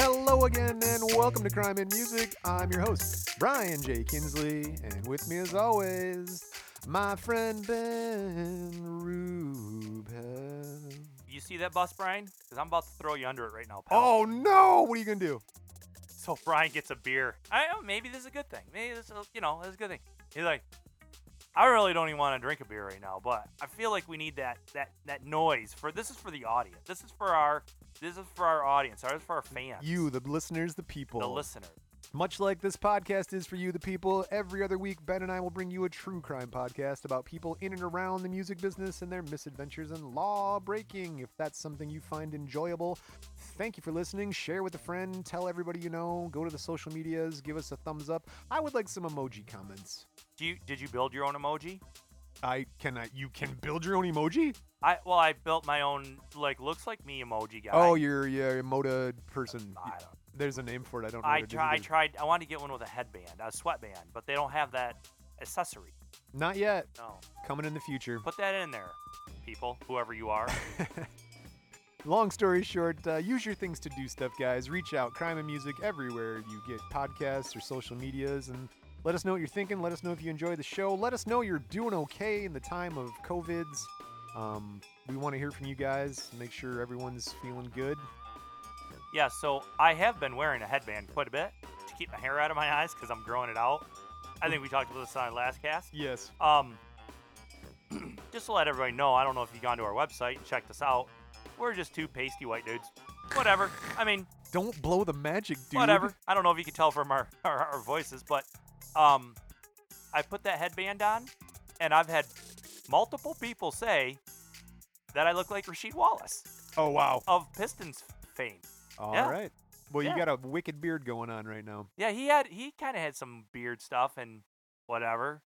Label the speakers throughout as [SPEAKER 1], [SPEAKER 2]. [SPEAKER 1] Hello again, and welcome to Crime and Music. I'm your host, Brian J. Kinsley, and with me, as always, my friend Ben Rubin.
[SPEAKER 2] You see that bus, Brian? Because I'm about to throw you under it right now, pal.
[SPEAKER 1] Oh no! What are you gonna do?
[SPEAKER 2] So Brian gets a beer. I don't know, maybe this is a good thing. Maybe this, is, you know, this is a good thing. He's like, I really don't even want to drink a beer right now, but I feel like we need that that that noise for this is for the audience. This is for our this is for our audience. This is for our fans.
[SPEAKER 1] You, the listeners, the people.
[SPEAKER 2] the listener.
[SPEAKER 1] Much like this podcast is for you, the people, every other week, Ben and I will bring you a true crime podcast about people in and around the music business and their misadventures and law breaking. If that's something you find enjoyable, thank you for listening. Share with a friend, tell everybody you know, go to the social medias, give us a thumbs up. I would like some emoji comments.
[SPEAKER 2] Do you did you build your own emoji?
[SPEAKER 1] I cannot, you can build your own emoji?
[SPEAKER 2] I well, I built my own like looks like me emoji guy.
[SPEAKER 1] Oh, you're, you're a Moda person.
[SPEAKER 2] I don't.
[SPEAKER 1] There's a name for it. I don't know.
[SPEAKER 2] I,
[SPEAKER 1] what it is
[SPEAKER 2] try, I
[SPEAKER 1] either.
[SPEAKER 2] tried. I wanted to get one with a headband, a sweatband, but they don't have that accessory.
[SPEAKER 1] Not yet.
[SPEAKER 2] No,
[SPEAKER 1] Coming in the future.
[SPEAKER 2] put that in there, people, whoever you are.
[SPEAKER 1] Long story short, uh, use your things to do stuff, guys. Reach out, crime and music, everywhere you get podcasts or social medias, and let us know what you're thinking. Let us know if you enjoy the show. Let us know you're doing okay in the time of COVIDs. Um, we want to hear from you guys. Make sure everyone's feeling good.
[SPEAKER 2] Yeah, so I have been wearing a headband quite a bit to keep my hair out of my eyes because I'm growing it out. I think we talked about this on our last cast.
[SPEAKER 1] Yes.
[SPEAKER 2] Um, just to let everybody know, I don't know if you've gone to our website and checked us out. We're just two pasty white dudes. Whatever. I mean,
[SPEAKER 1] Don't blow the magic, dude.
[SPEAKER 2] whatever. I don't know if you can tell from our, our, our voices, but um, I put that headband on, and I've had multiple people say that I look like Rasheed Wallace
[SPEAKER 1] Oh wow.
[SPEAKER 2] of Pistons fame.
[SPEAKER 1] All right.
[SPEAKER 2] Yeah.
[SPEAKER 1] Well, you
[SPEAKER 2] Yeah.
[SPEAKER 1] got a wicked beard going on right now.
[SPEAKER 2] Yeah, he had he kind of had some beard stuff and whatever.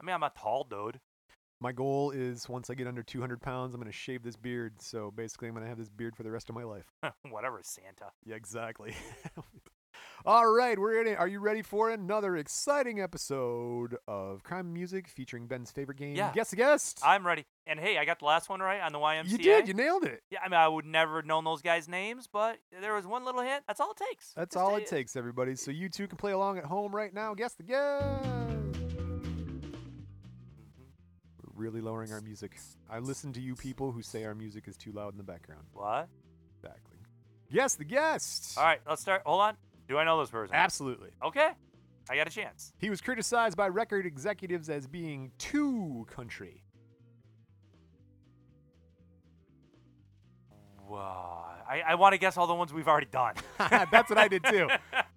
[SPEAKER 2] I mean, I'm a tall dude.
[SPEAKER 1] My goal is once I get under 200 pounds, I'm gonna shave this beard. So basically, I'm gonna have this beard for the rest of my life.
[SPEAKER 2] whatever, Santa.
[SPEAKER 1] Yeah, exactly. All right, we're in it. Are you ready for another exciting episode of Crime Music featuring Ben's favorite game,
[SPEAKER 2] Yeah.
[SPEAKER 1] Guess a Guest?
[SPEAKER 2] I'm ready. And hey, I got the last one right on the YMCA.
[SPEAKER 1] you did. You nailed it.
[SPEAKER 2] yeah, I mean, I would never have known those guys' names, but there was one little hint. That's all it takes.
[SPEAKER 1] That's
[SPEAKER 2] Just
[SPEAKER 1] all
[SPEAKER 2] a-
[SPEAKER 1] it takes, everybody. So you two can play along at home right now. Guess the guest.
[SPEAKER 2] Mhm.
[SPEAKER 1] We're really lowering our music. I listen to you people who say our music is too loud in the background.
[SPEAKER 2] What?
[SPEAKER 1] Exactly. Guess the guest.
[SPEAKER 2] All right, let's start. Hold on. Do I know this person?
[SPEAKER 1] Absolutely.
[SPEAKER 2] Okay. I got a chance.
[SPEAKER 1] He was criticized by record executives as being too country.
[SPEAKER 2] Wow. I, I want to guess all the ones we've already done.
[SPEAKER 1] That's what I did too.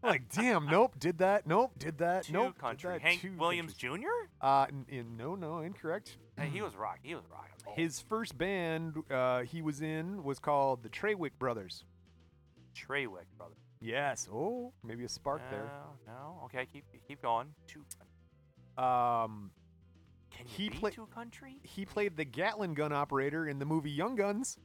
[SPEAKER 1] like, damn, nope, did that, nope, did that,
[SPEAKER 2] Two
[SPEAKER 1] nope. did
[SPEAKER 2] country.
[SPEAKER 1] that,
[SPEAKER 2] Hank
[SPEAKER 1] too
[SPEAKER 2] Williams
[SPEAKER 1] country.
[SPEAKER 2] Jr.
[SPEAKER 1] Uh, n- in- no, no, incorrect.
[SPEAKER 2] Hey, he was rock. He was rock. and roll.
[SPEAKER 1] His first band uh, he was in was called the Treywick Brothers.
[SPEAKER 2] Treywick brother.
[SPEAKER 1] Yes. Oh, maybe a spark there.
[SPEAKER 2] No, no. Okay, keep keep going. Two.
[SPEAKER 1] Um,
[SPEAKER 2] Can
[SPEAKER 1] He
[SPEAKER 2] you be
[SPEAKER 1] play-
[SPEAKER 2] two country?
[SPEAKER 1] he played the Gatlin gun operator in the movie Young Guns.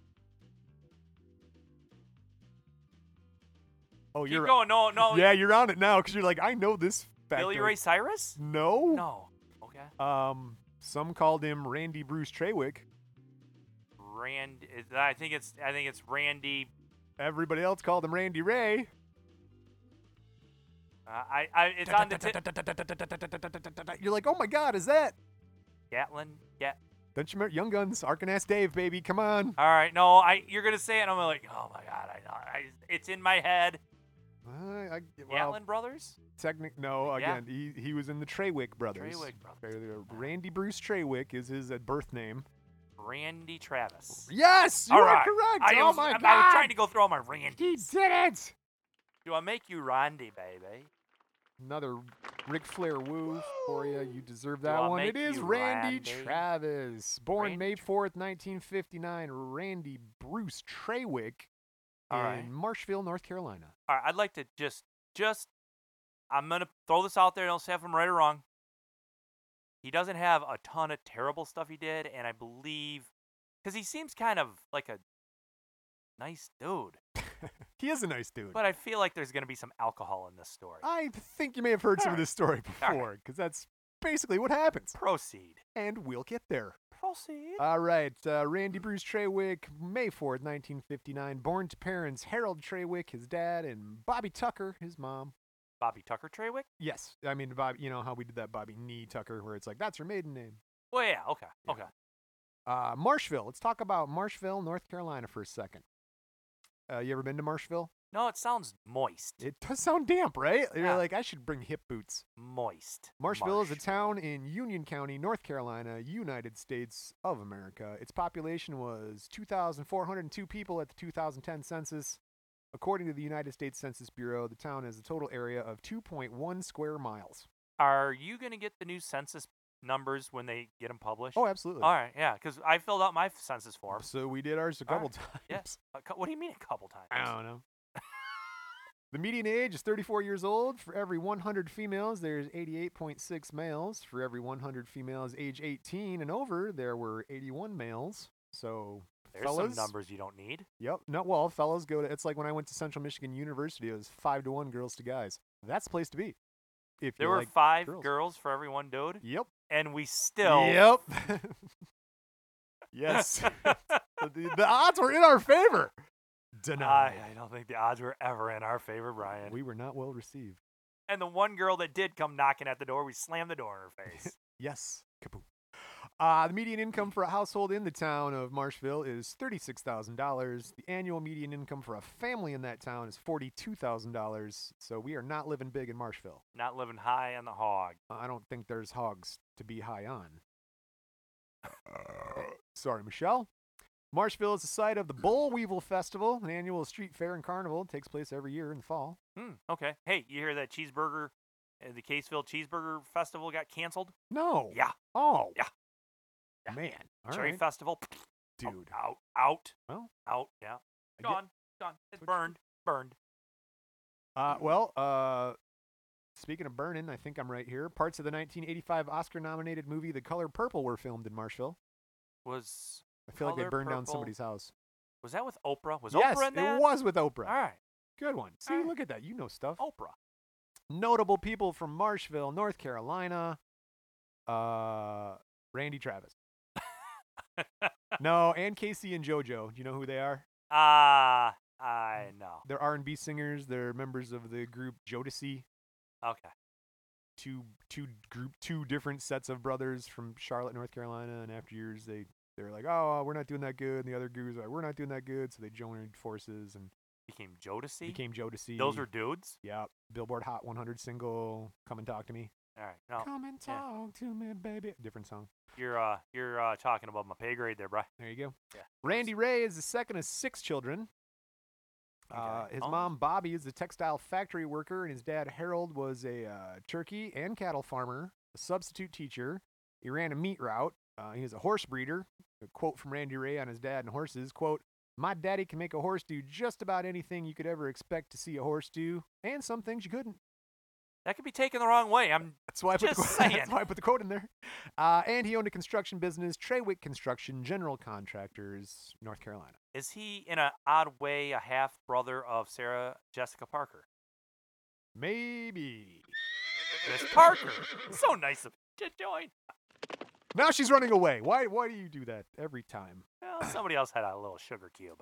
[SPEAKER 1] Oh,
[SPEAKER 2] keep
[SPEAKER 1] you're
[SPEAKER 2] going. No, no.
[SPEAKER 1] yeah, you're on it now because you're like, I know this. Fact
[SPEAKER 2] Billy Ray Cyrus?
[SPEAKER 1] No.
[SPEAKER 2] No. Okay.
[SPEAKER 1] Um, some called him Randy Bruce Treywick.
[SPEAKER 2] Randy. I think it's. I think it's Randy.
[SPEAKER 1] Everybody else called him Randy Ray.
[SPEAKER 2] Uh, I. I. It's on the. T-
[SPEAKER 1] You're like, oh my God, is that?
[SPEAKER 2] Gatlin. Yeah.
[SPEAKER 1] Don't you remember Young Guns, Arcanass Dave, baby? Come on.
[SPEAKER 2] All right. No. I. You're gonna say it. and I'm like. Oh my God. I know. I, it's in my head.
[SPEAKER 1] Uh, I, well,
[SPEAKER 2] Gatlin brothers.
[SPEAKER 1] technic, no.
[SPEAKER 2] Yeah.
[SPEAKER 1] Again, he, he was in the Treywick brothers.
[SPEAKER 2] Treywick brothers.
[SPEAKER 1] Treywick- Randy Bruce Treywick is his uh, birth name.
[SPEAKER 2] Randy Travis.
[SPEAKER 1] Yes, you
[SPEAKER 2] All
[SPEAKER 1] are
[SPEAKER 2] right.
[SPEAKER 1] correct.
[SPEAKER 2] I
[SPEAKER 1] oh
[SPEAKER 2] was,
[SPEAKER 1] my
[SPEAKER 2] I,
[SPEAKER 1] God.
[SPEAKER 2] I was trying to go through all my Randy.
[SPEAKER 1] He did it.
[SPEAKER 2] Do I make you Randy, baby?
[SPEAKER 1] Another Ric Flair woo for you. You deserve that
[SPEAKER 2] I
[SPEAKER 1] one.
[SPEAKER 2] make
[SPEAKER 1] It is
[SPEAKER 2] you
[SPEAKER 1] Randy,
[SPEAKER 2] Randy?
[SPEAKER 1] Travis, born
[SPEAKER 2] Randy
[SPEAKER 1] May 4th, 1959. Randy Bruce Treywick
[SPEAKER 2] All
[SPEAKER 1] in
[SPEAKER 2] right.
[SPEAKER 1] Marshville, North Carolina.
[SPEAKER 2] All right, I'd like to just, just, I'm gonna throw this out there. Don't say if I'm right or wrong. He doesn't have a ton of terrible stuff he did, and I believe, because he seems kind of like a nice dude,
[SPEAKER 1] He is a nice dude.
[SPEAKER 2] but I feel like there's gonna be some alcohol in this story.
[SPEAKER 1] I think you may have heard some of
[SPEAKER 2] Alright.
[SPEAKER 1] this story
[SPEAKER 2] Alright.
[SPEAKER 1] before because that's basically what happens.
[SPEAKER 2] Proceed.
[SPEAKER 1] And we'll get there.
[SPEAKER 2] Proceed.
[SPEAKER 1] All right. Uh, Randy Bruce Treywick, May 4th, 1959. Born to parents Harold Treywick, his dad, and Bobby Tucker, his mom.
[SPEAKER 2] Bobby Tucker Treywick.
[SPEAKER 1] Yes. I mean, Bob, you know how we did that Bobby Knee Tucker, where it's like, that's her maiden name.
[SPEAKER 2] Well, yeah. Okay.
[SPEAKER 1] Yeah.
[SPEAKER 2] Okay.
[SPEAKER 1] Uh, Marshville. Let's talk about Marshville, North Carolina for a second. Uh, you ever been to Marshville?
[SPEAKER 2] No, it sounds moist.
[SPEAKER 1] It does sound damp, right?
[SPEAKER 2] Yeah.
[SPEAKER 1] You're like, I should bring hip boots.
[SPEAKER 2] moist.
[SPEAKER 1] Marshville is a
[SPEAKER 2] Marsh.
[SPEAKER 1] town in Union County, North Carolina, United States of America. Its population was 2,402 people at the 2010 census. According to the United States Census Bureau, the town has a total area of 2.1 square miles.
[SPEAKER 2] Are you gonna get the new census numbers when they get them published?
[SPEAKER 1] Oh, absolutely.
[SPEAKER 2] All right. Yeah, because I filled out my census form.
[SPEAKER 1] So we did ours a
[SPEAKER 2] All
[SPEAKER 1] couple times.
[SPEAKER 2] Yes. A cou- what do you mean a couple times?
[SPEAKER 1] I don't know. the median age is 34 years old. For every 100 females, there's 88.6 males. For every 100 females age 18 and over, there were 81 males. So,
[SPEAKER 2] There's
[SPEAKER 1] fellas,
[SPEAKER 2] some numbers you don't need.
[SPEAKER 1] Yep. No, well, fellas go to. It's like when I went to Central Michigan University, it was five to one girls to guys. That's the place to be. If
[SPEAKER 2] There
[SPEAKER 1] you
[SPEAKER 2] were
[SPEAKER 1] like
[SPEAKER 2] five
[SPEAKER 1] girls.
[SPEAKER 2] girls. for every one dude,
[SPEAKER 1] Yep.
[SPEAKER 2] and we still.
[SPEAKER 1] Yep. yes. the, the odds were in our favor.
[SPEAKER 2] I,
[SPEAKER 1] Denied.
[SPEAKER 2] I don't think the odds were ever in our favor, Brian.
[SPEAKER 1] we were not well received.
[SPEAKER 2] and the one girl that did come knocking at the door, we slammed the door in her face.
[SPEAKER 1] Yes. Kaboom. Uh, the median income for a household in the town of Marshville is $36,000. The annual median income for a family in that town is $42,000. So we are not living big in Marshville.
[SPEAKER 2] Not living high on the hog.
[SPEAKER 1] I don't think there's hogs to be high on. Sorry, Michelle. Marshville is the site of the Bull Weevil Festival, an annual street fair and carnival. It takes place every year in the fall.
[SPEAKER 2] Hmm. Okay. Hey, you hear that cheeseburger? uh, The Caseville Cheeseburger Festival got canceled.
[SPEAKER 1] No.
[SPEAKER 2] Yeah.
[SPEAKER 1] Oh.
[SPEAKER 2] Yeah. Yeah.
[SPEAKER 1] Man. All
[SPEAKER 2] Cherry
[SPEAKER 1] right,
[SPEAKER 2] Festival. Oh,
[SPEAKER 1] dude.
[SPEAKER 2] Out. Out.
[SPEAKER 1] Well,
[SPEAKER 2] Out. Yeah.
[SPEAKER 1] I get-
[SPEAKER 2] Gone. Gone.
[SPEAKER 1] What
[SPEAKER 2] It's
[SPEAKER 1] you-
[SPEAKER 2] burned. Burned.
[SPEAKER 1] Uh, well, uh, speaking of burning, I think I'm right here. Parts of the 1985 Oscar-nominated movie *The Color Purple* were filmed in Marshville.
[SPEAKER 2] Was
[SPEAKER 1] I feel like they
[SPEAKER 2] Color
[SPEAKER 1] burned down
[SPEAKER 2] Purple.
[SPEAKER 1] somebody's house.
[SPEAKER 2] was that with Oprah? Was
[SPEAKER 1] yes,
[SPEAKER 2] Oprah in that?
[SPEAKER 1] it was with Oprah.
[SPEAKER 2] All right.
[SPEAKER 1] Good one. See,
[SPEAKER 2] right. Oh.
[SPEAKER 1] look at that. You know stuff.
[SPEAKER 2] Oprah.
[SPEAKER 1] notable people from Marshville, North Carolina. Uh, Randy Travis. no, and Casey and JoJo. Do you know who they are?
[SPEAKER 2] Ah, I know.
[SPEAKER 1] They're R&B singers. They're members of the group Jodeci.
[SPEAKER 2] Okay.
[SPEAKER 1] Two, two group, two different sets of brothers from Charlotte, North Carolina. And after years, they they're like, oh, we're not doing that good. And the other gurus are like, we're not doing that good. So they joined forces and
[SPEAKER 2] Became Jodeci.
[SPEAKER 1] became Jodeci.
[SPEAKER 2] Those are dudes.
[SPEAKER 1] yeah, Billboard Hot 100 single. Come and talk to me.
[SPEAKER 2] All right. No,
[SPEAKER 1] Come and
[SPEAKER 2] Oh, yeah.
[SPEAKER 1] talk to me, baby. Different song.
[SPEAKER 2] you're uh, you're uh, talking about my pay grade there, bro.
[SPEAKER 1] There you go.
[SPEAKER 2] Yeah,
[SPEAKER 1] Randy Ray is the second of six children.
[SPEAKER 2] Okay.
[SPEAKER 1] Uh, his
[SPEAKER 2] Oh.
[SPEAKER 1] mom Bobby is a textile factory worker, and his dad Harold was a uh, turkey and cattle farmer, a substitute teacher. He ran a meat route. Uh, he was a horse breeder. A quote from Randy Ray on his dad and horses: "Quote, my daddy can make a horse do just about anything you could ever expect to see a horse do, and some things you couldn't."
[SPEAKER 2] That could be taken the wrong way. I'm
[SPEAKER 1] That's why I put the
[SPEAKER 2] Just
[SPEAKER 1] quote, that's
[SPEAKER 2] saying.
[SPEAKER 1] why I put the quote in there. Uh, and he owned a construction business, Treywick Construction, General Contractors, North Carolina.
[SPEAKER 2] Is he in an odd way a half brother of Sarah Jessica Parker?
[SPEAKER 1] Maybe.
[SPEAKER 2] Miss Parker. so nice of you to join.
[SPEAKER 1] Now she's running away. Why why do you do that every time?
[SPEAKER 2] Well, somebody else had a little sugar cube.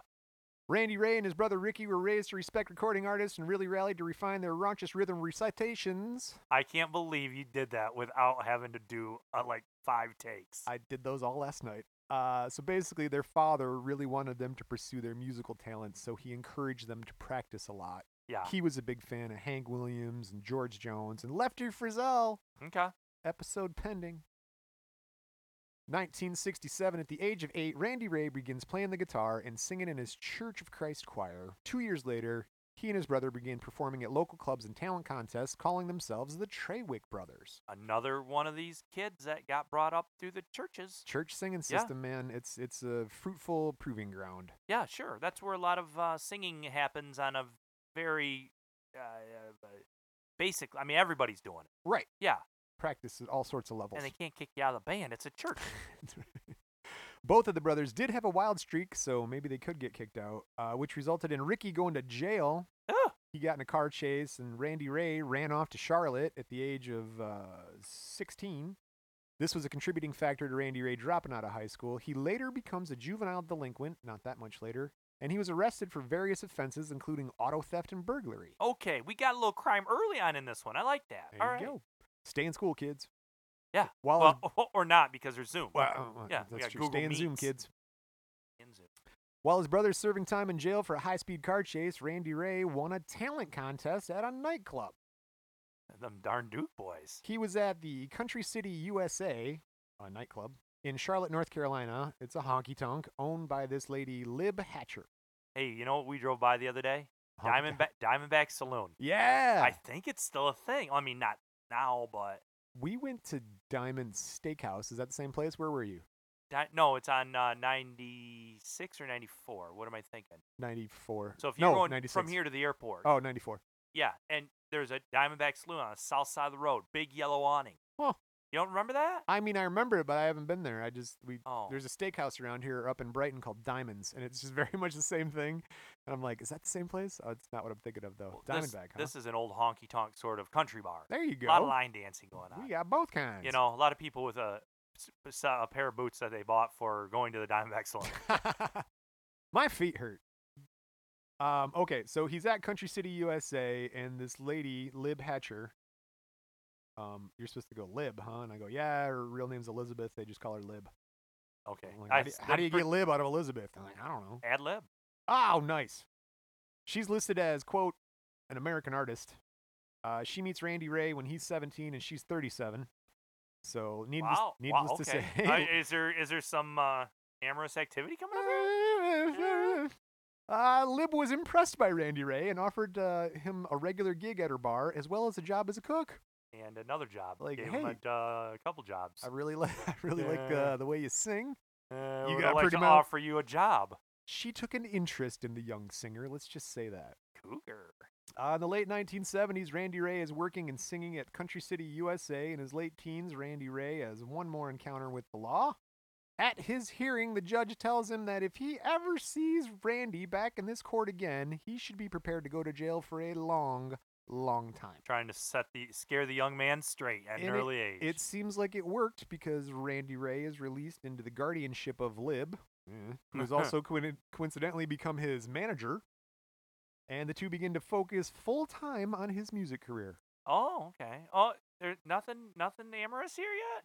[SPEAKER 1] Randy Ray and his brother Ricky were raised to respect recording artists and really rallied to refine their raunchous rhythm recitations.
[SPEAKER 2] I can't believe you did that without having to do uh, like five takes.
[SPEAKER 1] I did those all last night. Uh, so basically, their father really wanted them to pursue their musical talents, so he encouraged them to practice a lot.
[SPEAKER 2] yeah.
[SPEAKER 1] He was a big fan of Hank Williams and George Jones and Lefty Frizzell.
[SPEAKER 2] Okay.
[SPEAKER 1] episode pending. 1967, at the age of eight, Randy Ray begins playing the guitar and singing in his Church of Christ choir. Two years later, he and his brother began performing at local clubs and talent contests, calling themselves the Treywick Brothers.
[SPEAKER 2] Another one of these kids that got brought up through the churches.
[SPEAKER 1] Church singing
[SPEAKER 2] Yeah.
[SPEAKER 1] system, man, it's it's a fruitful proving ground.
[SPEAKER 2] Yeah, sure. That's where a lot of uh, singing happens on a very uh, uh, basic. I mean, everybody's doing it.
[SPEAKER 1] Right.
[SPEAKER 2] Yeah,
[SPEAKER 1] Practice at all sorts of levels.
[SPEAKER 2] and they can't kick you out of the band. It's a church.
[SPEAKER 1] Both of the brothers did have a wild streak, so maybe they could get kicked out, uh, which resulted in Ricky going to jail
[SPEAKER 2] Ah,
[SPEAKER 1] he got in a car chase and randy ray ran off to charlotte at the age of uh, 16 This was a contributing factor to Randy Ray dropping out of high school. He later becomes a juvenile delinquent, not that much later, and he was arrested for various offenses, including auto theft and burglary.
[SPEAKER 2] Okay, we got a little crime early on in this one. I like that.
[SPEAKER 1] There
[SPEAKER 2] All
[SPEAKER 1] you
[SPEAKER 2] right.
[SPEAKER 1] go. Stay in school, kids.
[SPEAKER 2] Yeah.
[SPEAKER 1] While
[SPEAKER 2] Well, or not because there's Zoom.
[SPEAKER 1] Wow.
[SPEAKER 2] yeah, we
[SPEAKER 1] uh, that's
[SPEAKER 2] got
[SPEAKER 1] true.
[SPEAKER 2] Google
[SPEAKER 1] Stay in Zoom,
[SPEAKER 2] Meets.
[SPEAKER 1] kids.
[SPEAKER 2] In Zoom.
[SPEAKER 1] While his brother's serving time in jail for a high speed car chase, Randy Ray won a talent contest at a nightclub.
[SPEAKER 2] Them darn Duke boys.
[SPEAKER 1] He was at the Country City USA, a uh, nightclub, in Charlotte, North Carolina. It's a honky tonk owned by this lady, Lib Hatcher.
[SPEAKER 2] Hey, you know what we drove by the other day?
[SPEAKER 1] Honky tonk.
[SPEAKER 2] Diamondback Diamondback Saloon.
[SPEAKER 1] Yeah.
[SPEAKER 2] I think it's still a thing. I mean, not now, but
[SPEAKER 1] we went to Diamond Steakhouse. Is that the same place? Where were you?
[SPEAKER 2] di- no, it's on uh, 96 or 94. What am I thinking?
[SPEAKER 1] 94.
[SPEAKER 2] So if you're
[SPEAKER 1] no,
[SPEAKER 2] going
[SPEAKER 1] 96.
[SPEAKER 2] from here to the airport,
[SPEAKER 1] Oh, 94.
[SPEAKER 2] yeah, and there's a Diamondback Saloon on the south side of the road, big yellow awning.
[SPEAKER 1] Huh.
[SPEAKER 2] You don't remember that?
[SPEAKER 1] I mean, I remember it, but I haven't been there. I just, we,
[SPEAKER 2] Oh,
[SPEAKER 1] there's a steakhouse around here up in Brighton called Diamonds, and it's just very much the same thing. And I'm like, is that the same place? Oh, it's not what I'm thinking of, though.
[SPEAKER 2] well,
[SPEAKER 1] Diamondback,
[SPEAKER 2] this,
[SPEAKER 1] huh?
[SPEAKER 2] This is an old honky tonk sort of country bar.
[SPEAKER 1] there you go.
[SPEAKER 2] A lot of line dancing going on.
[SPEAKER 1] we got both kinds.
[SPEAKER 2] You know, a lot of people with a, s- s- a pair of boots that they bought for going to the Diamondback Saloon.
[SPEAKER 1] My feet hurt. Um, okay, so he's at Country City, USA, and this lady, Lib Hatcher. Um, you're supposed to go Lib, huh? And I go, yeah, her real name's Elizabeth. They just call her Lib.
[SPEAKER 2] Okay.
[SPEAKER 1] I'm like, how, do, how do you get Lib out of Elizabeth? I'm like, I don't know.
[SPEAKER 2] ad lib?
[SPEAKER 1] Oh, nice. She's listed as, quote, an American artist. Uh, she meets Randy Ray when he's 17 and she's 37. So, needless,
[SPEAKER 2] Wow.
[SPEAKER 1] needless
[SPEAKER 2] wow,
[SPEAKER 1] to
[SPEAKER 2] okay.
[SPEAKER 1] say,
[SPEAKER 2] Uh, is there is there some uh, amorous activity coming up here?
[SPEAKER 1] Uh, Lib was impressed by Randy Ray and offered uh, him a regular gig at her bar as well as a job as a cook.
[SPEAKER 2] And another job.
[SPEAKER 1] Like,
[SPEAKER 2] Gave him
[SPEAKER 1] hey.
[SPEAKER 2] a, uh, couple jobs.
[SPEAKER 1] I really like, I really like
[SPEAKER 2] Yeah.
[SPEAKER 1] uh, the way you sing.
[SPEAKER 2] Uh,
[SPEAKER 1] you
[SPEAKER 2] we'd
[SPEAKER 1] got
[SPEAKER 2] like
[SPEAKER 1] pretty
[SPEAKER 2] to
[SPEAKER 1] mouth?
[SPEAKER 2] offer you a job.
[SPEAKER 1] She took an interest in the young singer. Let's just say that.
[SPEAKER 2] Cougar.
[SPEAKER 1] Uh, in the late 1970s, Randy Ray is working and singing at Country City, USA. In his late teens, Randy Ray has one more encounter with the law. At his hearing, the judge tells him that if he ever sees Randy back in this court again, he should be prepared to go to jail for a long, long time.
[SPEAKER 2] Trying to set the scare the young man straight at an
[SPEAKER 1] And
[SPEAKER 2] early age.
[SPEAKER 1] It seems like it worked because Randy Ray is released into the guardianship of Lib, eh, who has also coin- coincidentally become his manager. And the two begin to focus full time on his music career.
[SPEAKER 2] oh, okay. Oh, there's nothing nothing amorous here yet?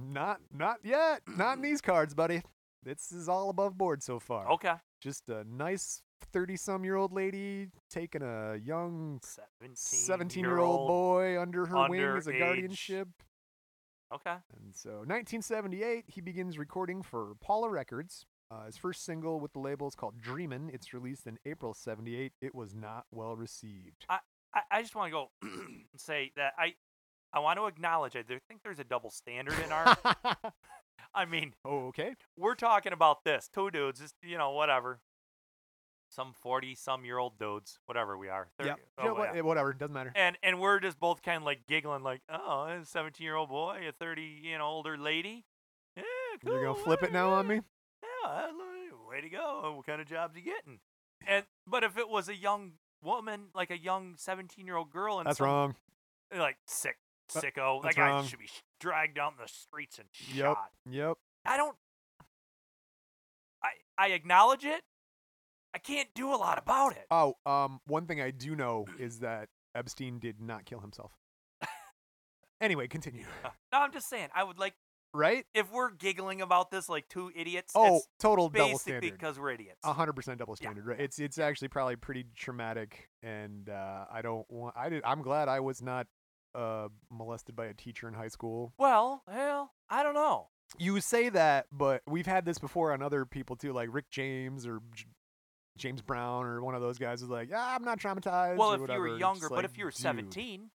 [SPEAKER 1] Not, not yet. Not in these cards, buddy. This is all above board so far.
[SPEAKER 2] Okay.
[SPEAKER 1] Just a nice thirty-some-year-old lady taking a young
[SPEAKER 2] 17.
[SPEAKER 1] seventeen-year-old boy under her wing as a
[SPEAKER 2] underage.
[SPEAKER 1] guardianship.
[SPEAKER 2] Okay.
[SPEAKER 1] And so, 1978, he begins recording for Paula Records. Uh, his first single with the label is called Dreamin'. It's released in April 78. It was not well received.
[SPEAKER 2] I, I just want to go and say that I I want to acknowledge I there- think there's a double standard in our I mean,
[SPEAKER 1] oh, okay.
[SPEAKER 2] we're talking about this. Two dudes, just you know, whatever. Some forty some year old dudes, whatever we are.
[SPEAKER 1] Yeah.
[SPEAKER 2] 30 oh,
[SPEAKER 1] You know what-
[SPEAKER 2] yeah.
[SPEAKER 1] eh, Whatever. Doesn't matter.
[SPEAKER 2] And and we're just both kind of like giggling, like, oh, a seventeen year old boy, a thirty you know older lady. Yeah, cool,
[SPEAKER 1] You're going to flip it now on
[SPEAKER 2] yeah,
[SPEAKER 1] me?
[SPEAKER 2] Yeah, I love it. way to go. What kind of jobs you getting? And but if it was a young woman, like a young seventeen year old girl, and
[SPEAKER 1] That's
[SPEAKER 2] some
[SPEAKER 1] wrong.
[SPEAKER 2] like sick
[SPEAKER 1] Uh,
[SPEAKER 2] sicko.
[SPEAKER 1] that's
[SPEAKER 2] That guy
[SPEAKER 1] wrong.
[SPEAKER 2] should be sh- dragged out in the streets and
[SPEAKER 1] Yep.
[SPEAKER 2] shot.
[SPEAKER 1] Yep.
[SPEAKER 2] I don't. I I acknowledge it. I can't do a lot about it.
[SPEAKER 1] Oh, um, one thing I do know is that Epstein did not kill himself. anyway, continue.
[SPEAKER 2] no, I'm just saying. I would like
[SPEAKER 1] Right?
[SPEAKER 2] if we're giggling about this like two idiots.
[SPEAKER 1] Oh,
[SPEAKER 2] it's
[SPEAKER 1] total double
[SPEAKER 2] basically
[SPEAKER 1] standard. Uh-huh.
[SPEAKER 2] because we're idiots.
[SPEAKER 1] A hundred percent double
[SPEAKER 2] Yeah,
[SPEAKER 1] standard. Right? It's it's actually probably pretty traumatic, and uh, I don't want. I did. I'm glad I was not uh, molested by a teacher in high school.
[SPEAKER 2] Well, hell, I don't know.
[SPEAKER 1] You say that, but we've had this before on other people too, like Rick James or J- James Brown or one of those guys is like, yeah, I'm not traumatized.
[SPEAKER 2] Well,
[SPEAKER 1] or
[SPEAKER 2] if you
[SPEAKER 1] whatever.
[SPEAKER 2] were
[SPEAKER 1] It's
[SPEAKER 2] younger,
[SPEAKER 1] just
[SPEAKER 2] but
[SPEAKER 1] like,
[SPEAKER 2] if you were
[SPEAKER 1] dude,
[SPEAKER 2] 17,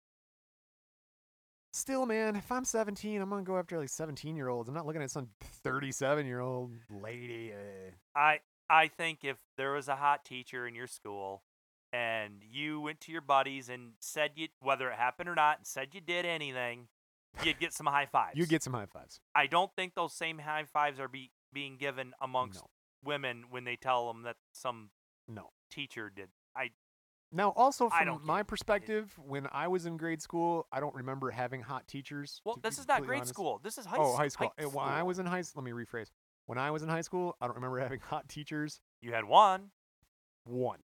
[SPEAKER 1] still, man, if I'm 17, I'm gonna go after like 17 year olds. I'm not looking at some 37 year old lady. eh.
[SPEAKER 2] I I think if there was a hot teacher in your school and you went to your buddies and said you whether it happened or not and said you did anything, you'd get some high fives.
[SPEAKER 1] You get some high fives.
[SPEAKER 2] I don't think those same high fives are be, being given amongst
[SPEAKER 1] No.
[SPEAKER 2] women when they tell them that some
[SPEAKER 1] No.
[SPEAKER 2] teacher did.
[SPEAKER 1] Now, also
[SPEAKER 2] I
[SPEAKER 1] from
[SPEAKER 2] don't
[SPEAKER 1] my
[SPEAKER 2] care.
[SPEAKER 1] perspective, when I was in grade school, I don't remember having hot teachers.
[SPEAKER 2] Well,
[SPEAKER 1] to be
[SPEAKER 2] this is not
[SPEAKER 1] completely
[SPEAKER 2] grade
[SPEAKER 1] honest.
[SPEAKER 2] school. This is high
[SPEAKER 1] oh,
[SPEAKER 2] s-
[SPEAKER 1] high school. Uh, When I was in high school, let me rephrase. When I was in high school, I don't remember having hot teachers.
[SPEAKER 2] You had one.
[SPEAKER 1] One.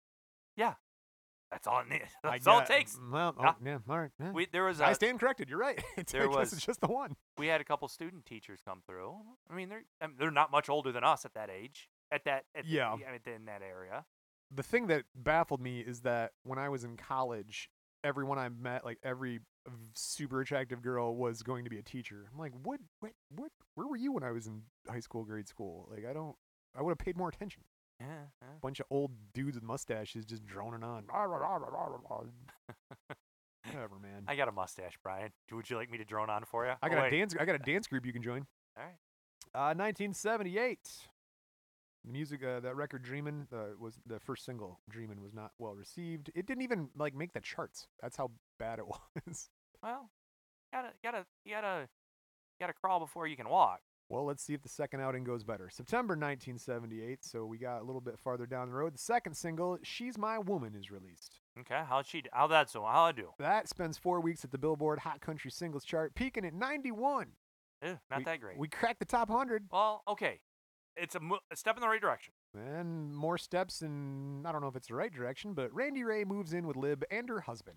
[SPEAKER 2] That's all it needs.
[SPEAKER 1] I
[SPEAKER 2] That's all it
[SPEAKER 1] got-
[SPEAKER 2] takes.
[SPEAKER 1] Well, oh,
[SPEAKER 2] Yeah.
[SPEAKER 1] yeah, all right. yeah.
[SPEAKER 2] We there was
[SPEAKER 1] I
[SPEAKER 2] a,
[SPEAKER 1] stand corrected. You're right. It's,
[SPEAKER 2] there
[SPEAKER 1] I guess
[SPEAKER 2] was-
[SPEAKER 1] it's just the one.
[SPEAKER 2] we had a couple student teachers come through. I mean, they're I mean, they're not much older than us at that age. At that at the-
[SPEAKER 1] Yeah.
[SPEAKER 2] I mean, in that area.
[SPEAKER 1] the thing that baffled me is that when I was in college, everyone I met, like every v- super attractive girl, was going to be a teacher. I'm like, what, what, what? Where were you when I was in high school, grade school? Like, I don't. I would have paid more attention.
[SPEAKER 2] Yeah, yeah.
[SPEAKER 1] Bunch of old dudes with mustaches just droning on. Rah, rah, rah, rah, rah, rah, rah. Whatever, man. I,
[SPEAKER 2] I got a mustache, Brian. Do- Would you like me to drone on for you?
[SPEAKER 1] got
[SPEAKER 2] oh,
[SPEAKER 1] a
[SPEAKER 2] wait.
[SPEAKER 1] dance. I got a dance group you can join.
[SPEAKER 2] All right.
[SPEAKER 1] Uh, 1978. The music, uh, that record "Dreamin" uh, was the first single. "Dreamin" was not well received. It didn't even like make the charts. That's how bad it was.
[SPEAKER 2] Well, gotta gotta you gotta gotta crawl before you can walk.
[SPEAKER 1] well, let's see if the second outing goes better. September 1978. So we got a little bit farther down the road. The second single, "She's My Woman," is released.
[SPEAKER 2] Okay, how'd she? d- How that so? How I do?
[SPEAKER 1] That spends four weeks at the Billboard Hot Country Singles Chart, peaking at 91.
[SPEAKER 2] Eh, not
[SPEAKER 1] We-
[SPEAKER 2] that great.
[SPEAKER 1] We cracked the top 100.
[SPEAKER 2] well, okay, it's a, mo- a step in the right direction.
[SPEAKER 1] And more steps in, I don't know if it's the right direction, but Randy Ray moves in with Lib and her husband.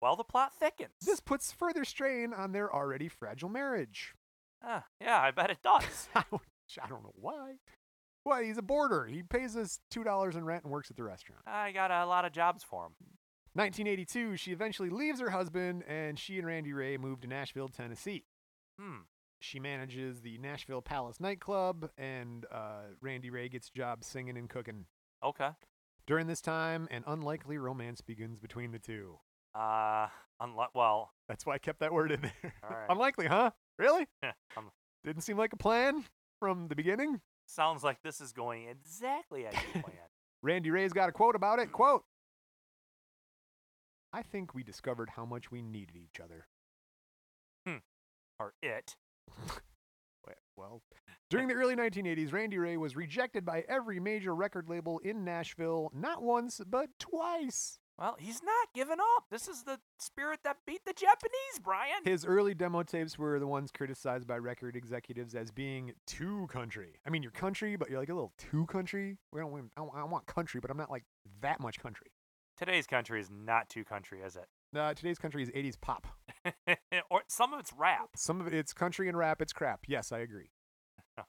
[SPEAKER 2] Well, the plot thickens.
[SPEAKER 1] This puts further strain on their already fragile marriage.
[SPEAKER 2] Ah, yeah, I bet it does.
[SPEAKER 1] I would- I don't know why. Well, he's a boarder. He pays us $2 in rent and works at the restaurant.
[SPEAKER 2] I got a lot of jobs for him.
[SPEAKER 1] 1982, she eventually leaves her husband and she and Randy Ray move to Nashville, Tennessee.
[SPEAKER 2] Hmm.
[SPEAKER 1] She manages the Nashville Palace nightclub, and uh, Randy Ray gets jobs singing and cooking.
[SPEAKER 2] Okay.
[SPEAKER 1] During this time, an unlikely romance begins between the two.
[SPEAKER 2] Uh, unlo- well,
[SPEAKER 1] That's why I kept that word in there.
[SPEAKER 2] All right.
[SPEAKER 1] Unlikely, huh? Really?
[SPEAKER 2] um,
[SPEAKER 1] Didn't seem like a plan from the beginning.
[SPEAKER 2] sounds like this is going exactly as you planned.
[SPEAKER 1] Randy Ray's got a quote about it. Quote I think we discovered how much we needed each other.
[SPEAKER 2] or it.
[SPEAKER 1] Wait, Well, during the early 1980s, Randy Ray was rejected by every major record label in Nashville, not once, but twice.
[SPEAKER 2] Well, he's not giving up. This is the spirit that beat the Japanese, Brian.
[SPEAKER 1] His early demo tapes were the ones criticized by record executives as being too country. I mean, you're country, but you're like a little too country. We don't, want- I don't- I want country, but I'm not like that much country.
[SPEAKER 2] Today's country is not too country, is
[SPEAKER 1] Uh, today's country is 80s pop.
[SPEAKER 2] it? or some of it's rap.
[SPEAKER 1] Some of it, it's country and rap. It's crap. Yes, I agree.
[SPEAKER 2] I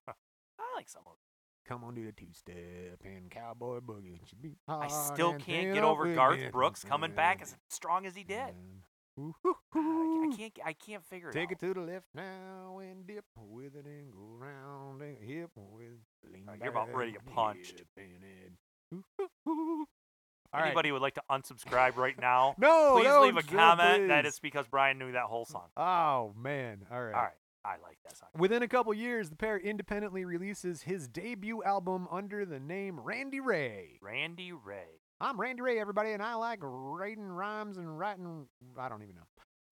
[SPEAKER 2] like some of it.
[SPEAKER 1] Come on, do the two step and cowboy boogie. It should be
[SPEAKER 2] I
[SPEAKER 1] hard
[SPEAKER 2] still
[SPEAKER 1] and
[SPEAKER 2] can't
[SPEAKER 1] hit
[SPEAKER 2] get
[SPEAKER 1] up
[SPEAKER 2] over
[SPEAKER 1] with
[SPEAKER 2] Garth
[SPEAKER 1] it.
[SPEAKER 2] Brooks coming back as strong as he did.
[SPEAKER 1] And- Ooh, hoo,
[SPEAKER 2] I
[SPEAKER 1] hoo.
[SPEAKER 2] I can't. I can't figure it
[SPEAKER 1] Mm. Take it
[SPEAKER 2] out.
[SPEAKER 1] to the left now and dip with it and go round and hip with. Lean
[SPEAKER 2] Uh, you're about ready to
[SPEAKER 1] back
[SPEAKER 2] get
[SPEAKER 1] and
[SPEAKER 2] punched.
[SPEAKER 1] dip in it. Ooh, hoo, hoo. All right.
[SPEAKER 2] Anybody would like to unsubscribe right now?
[SPEAKER 1] No,
[SPEAKER 2] please
[SPEAKER 1] no,
[SPEAKER 2] leave a
[SPEAKER 1] j- no,
[SPEAKER 2] comment. That
[SPEAKER 1] please.
[SPEAKER 2] is because Brian knew that whole song.
[SPEAKER 1] Oh man! All right.
[SPEAKER 2] All right, I like that song.
[SPEAKER 1] Within a couple years, the pair independently releases his debut album under the name Randy Ray.
[SPEAKER 2] Randy Ray.
[SPEAKER 1] I'm Randy Ray, everybody, and I like writing rhymes and writing. I don't even know.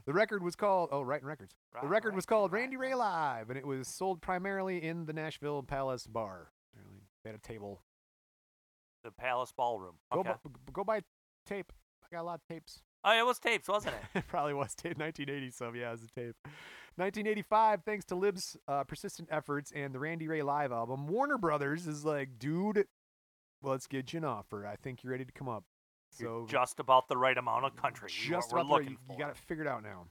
[SPEAKER 1] The record was called. Oh, writing records. The
[SPEAKER 2] Right,
[SPEAKER 1] record was
[SPEAKER 2] right,
[SPEAKER 1] called
[SPEAKER 2] right,
[SPEAKER 1] Randy Ray
[SPEAKER 2] right.
[SPEAKER 1] Live, and it was sold primarily in the Nashville Palace Bar. Apparently, They had a table.
[SPEAKER 2] The Palace Ballroom.
[SPEAKER 1] Go,
[SPEAKER 2] Okay.
[SPEAKER 1] bu- b- go buy tape. I got a lot of tapes.
[SPEAKER 2] Oh, it was tapes, wasn't it?
[SPEAKER 1] it probably was tape. 1980, so yeah, it was a tape. 1985, thanks to Lib's uh, persistent efforts and the Randy Ray Live album, Warner Brothers is like, dude, let's get you an offer. I think you're ready to come up. So
[SPEAKER 2] You're just about the right amount of country. you-
[SPEAKER 1] just
[SPEAKER 2] we're
[SPEAKER 1] about the right-
[SPEAKER 2] looking
[SPEAKER 1] you,
[SPEAKER 2] for.
[SPEAKER 1] you got it figured out now.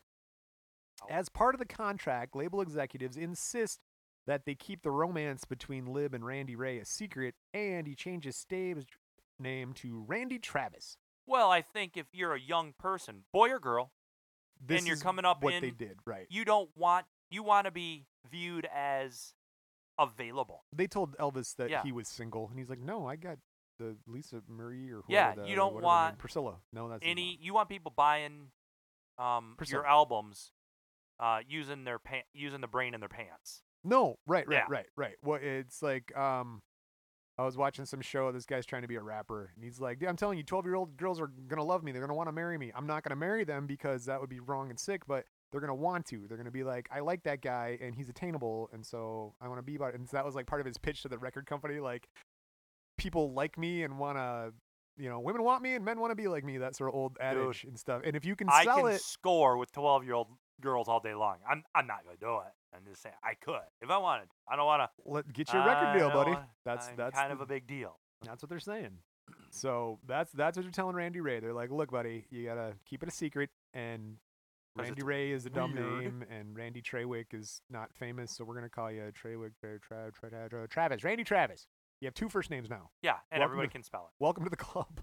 [SPEAKER 2] Oh.
[SPEAKER 1] As part of the contract, label executives insist that they keep the romance between Lib and Randy Ray a secret, and he changes Stave's name to Randy Travis.
[SPEAKER 2] Well, I think if you're a young person, boy or girl,
[SPEAKER 1] This
[SPEAKER 2] you're
[SPEAKER 1] is
[SPEAKER 2] coming up
[SPEAKER 1] what they
[SPEAKER 2] in-
[SPEAKER 1] did, right?
[SPEAKER 2] you don't want you want to be viewed as available.
[SPEAKER 1] They told Elvis that
[SPEAKER 2] Yeah.
[SPEAKER 1] he was single, and he's like, "No, I got the Lisa Marie or whoever
[SPEAKER 2] Yeah,
[SPEAKER 1] the-
[SPEAKER 2] you
[SPEAKER 1] or whatever her
[SPEAKER 2] don't
[SPEAKER 1] name-
[SPEAKER 2] want
[SPEAKER 1] Priscilla. No, that's the
[SPEAKER 2] Any
[SPEAKER 1] one.
[SPEAKER 2] you want people buying um
[SPEAKER 1] Percent.
[SPEAKER 2] your albums uh using their pa- using the brain in their pants.
[SPEAKER 1] No, right, right,
[SPEAKER 2] Yeah.
[SPEAKER 1] right, right. Well, it's like um, I was watching some show. This guy's trying to be a rapper, and he's like, "Dude, I'm telling you, 12 year old girls are gonna love me. They're gonna want to marry me. I'm not gonna marry them because that would be wrong and sick, but." They're gonna want to. They're gonna be like, I like that guy and he's attainable, and so I want to be about it. And so that was like part of his pitch to the record company, like people like me and want to you know, women want me and men want to be like me, that sort of old adage and stuff. And if you can
[SPEAKER 2] I
[SPEAKER 1] sell
[SPEAKER 2] can
[SPEAKER 1] it,
[SPEAKER 2] score with 12 year old girls all day long. I'm, I'm not going to do it. I'm just saying, I could if I wanted. I don't want to.
[SPEAKER 1] let, get your record deal, buddy. That's
[SPEAKER 2] I'm
[SPEAKER 1] that's
[SPEAKER 2] kind
[SPEAKER 1] the-
[SPEAKER 2] of a big deal.
[SPEAKER 1] That's what they're saying. So that's that's what you're telling Randy Ray. They're like, look, buddy, you gotta keep it a secret. And
[SPEAKER 2] 'Cause
[SPEAKER 1] Randy
[SPEAKER 2] it's
[SPEAKER 1] Ray is a dumb
[SPEAKER 2] weird.
[SPEAKER 1] name, and Randy Treywick is not famous, so we're gonna call you Treywick Tra- Tra- Tra- Tra- Tra- Travis. Randy Travis. You have two first names now.
[SPEAKER 2] Yeah, and
[SPEAKER 1] Welcome
[SPEAKER 2] everybody
[SPEAKER 1] to-
[SPEAKER 2] can spell it.
[SPEAKER 1] Welcome to the club.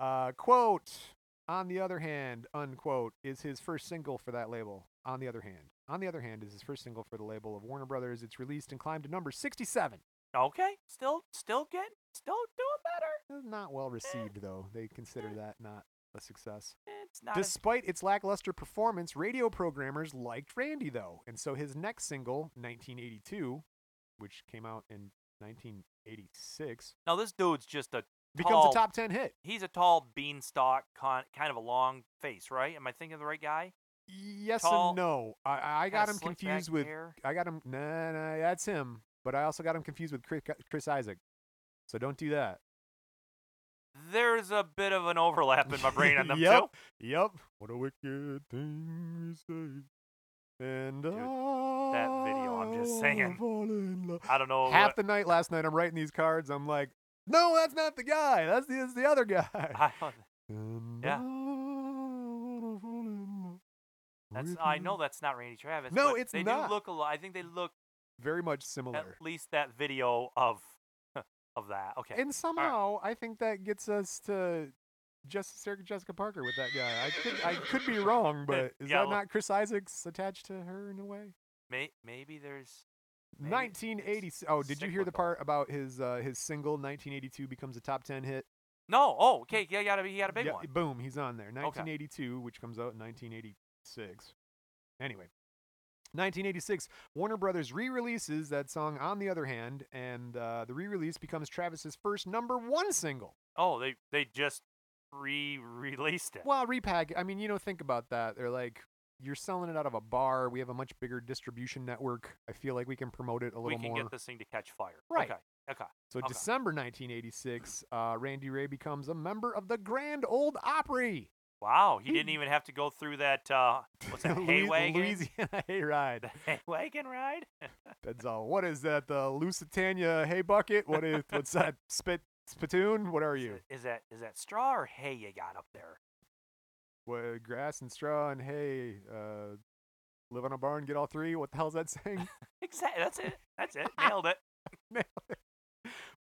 [SPEAKER 1] Uh, quote. On the other hand, unquote, is his first single for that label. On the other hand, on the other hand, is his first single for the label of Warner Brothers. It's released and climbed to number 67.
[SPEAKER 2] Okay, still, still getting, still doing better.
[SPEAKER 1] It was Not well received, though. They consider that not a success.
[SPEAKER 2] It's Eh. not. as-
[SPEAKER 1] Despite its lackluster performance, radio programmers liked Randy, though. And so his next single, 1982, which came out in 1986,
[SPEAKER 2] now this dude's just a
[SPEAKER 1] becomes
[SPEAKER 2] tall,
[SPEAKER 1] a top 10 hit.
[SPEAKER 2] He's a tall beanstalk, con, kind of a long face, right? Am I thinking of the right guy?
[SPEAKER 1] Yes
[SPEAKER 2] Tall,
[SPEAKER 1] and no. I, I got
[SPEAKER 2] Kinda
[SPEAKER 1] him
[SPEAKER 2] slick back
[SPEAKER 1] confused with.
[SPEAKER 2] hair.
[SPEAKER 1] I got him. Nah, nah, that's him. But I also got him confused with Chris, Chris Isaac. So don't do that.
[SPEAKER 2] There's a bit of an overlap in my brain on them
[SPEAKER 1] yep.
[SPEAKER 2] too.
[SPEAKER 1] Yep. What a wicked thing you say. And Dude,
[SPEAKER 2] that video, I'm just saying. I don't know.
[SPEAKER 1] Half
[SPEAKER 2] what,
[SPEAKER 1] the night last night, I'm writing these cards. I'm like, no, that's not the guy. That's the, it's the other guy.
[SPEAKER 2] uh, I don't-
[SPEAKER 1] And
[SPEAKER 2] Yeah.
[SPEAKER 1] I wanna fall in love
[SPEAKER 2] that's.
[SPEAKER 1] with
[SPEAKER 2] I
[SPEAKER 1] you.
[SPEAKER 2] know that's not Randy Travis.
[SPEAKER 1] No,
[SPEAKER 2] but
[SPEAKER 1] it's
[SPEAKER 2] they
[SPEAKER 1] not.
[SPEAKER 2] do look a lot. I think they look
[SPEAKER 1] Very much
[SPEAKER 2] at
[SPEAKER 1] similar.
[SPEAKER 2] least that video of of that. Okay.
[SPEAKER 1] And somehow, I think that gets us to just Sarah Jessica Parker with that guy. I could, I could be wrong, but is
[SPEAKER 2] Yeah,
[SPEAKER 1] that
[SPEAKER 2] well-
[SPEAKER 1] not Chris Isaacs attached to her in a way?
[SPEAKER 2] May, maybe there's
[SPEAKER 1] 1980. Oh, did you hear the
[SPEAKER 2] cyclical.
[SPEAKER 1] part about his uh, his single 1982 becomes a top 10 hit?
[SPEAKER 2] no. Oh, okay. Yeah, gotta be. He got a big
[SPEAKER 1] Yeah,
[SPEAKER 2] one.
[SPEAKER 1] Boom, he's on there. 1982, which comes out in 1986. Anyway, 1986, Warner Brothers re-releases that song. On the other hand, and uh, the re-release becomes Travis's first number one single.
[SPEAKER 2] Oh, they they just re-released it.
[SPEAKER 1] Well, repack. I mean, you know, think about that. They're like, you're selling it out of a bar. We have a much bigger distribution network. I feel like we can promote it a
[SPEAKER 2] we
[SPEAKER 1] little
[SPEAKER 2] can
[SPEAKER 1] more.
[SPEAKER 2] get this thing to catch fire.
[SPEAKER 1] Right.
[SPEAKER 2] Okay. Okay.
[SPEAKER 1] So
[SPEAKER 2] Okay.
[SPEAKER 1] December 1986, uh, Randy Ray becomes a member of the Grand Old Opry.
[SPEAKER 2] Wow. He didn't even have to go through that. Uh, what's that? Hay
[SPEAKER 1] Louis-
[SPEAKER 2] wagon.
[SPEAKER 1] Louisiana Hayride.
[SPEAKER 2] Hay wagon ride.
[SPEAKER 1] That's all. What is that? The Lusitania hay bucket? What is? What's that? Spit spittoon? What are
[SPEAKER 2] Is
[SPEAKER 1] you?
[SPEAKER 2] it- Is that is that straw or hay you got up there?
[SPEAKER 1] What, grass and straw and hay. Uh, live on a barn, get all three. What the hell's that saying?
[SPEAKER 2] Exactly. That's it. That's it. Nailed it.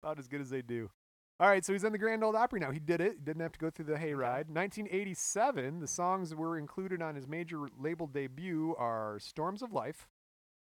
[SPEAKER 1] About as good as they do. All right, so he's in the Grand Old Opry now. He did it. He didn't have to go through the hayride. 1987, the songs that were included on his major label debut are "Storms of Life,"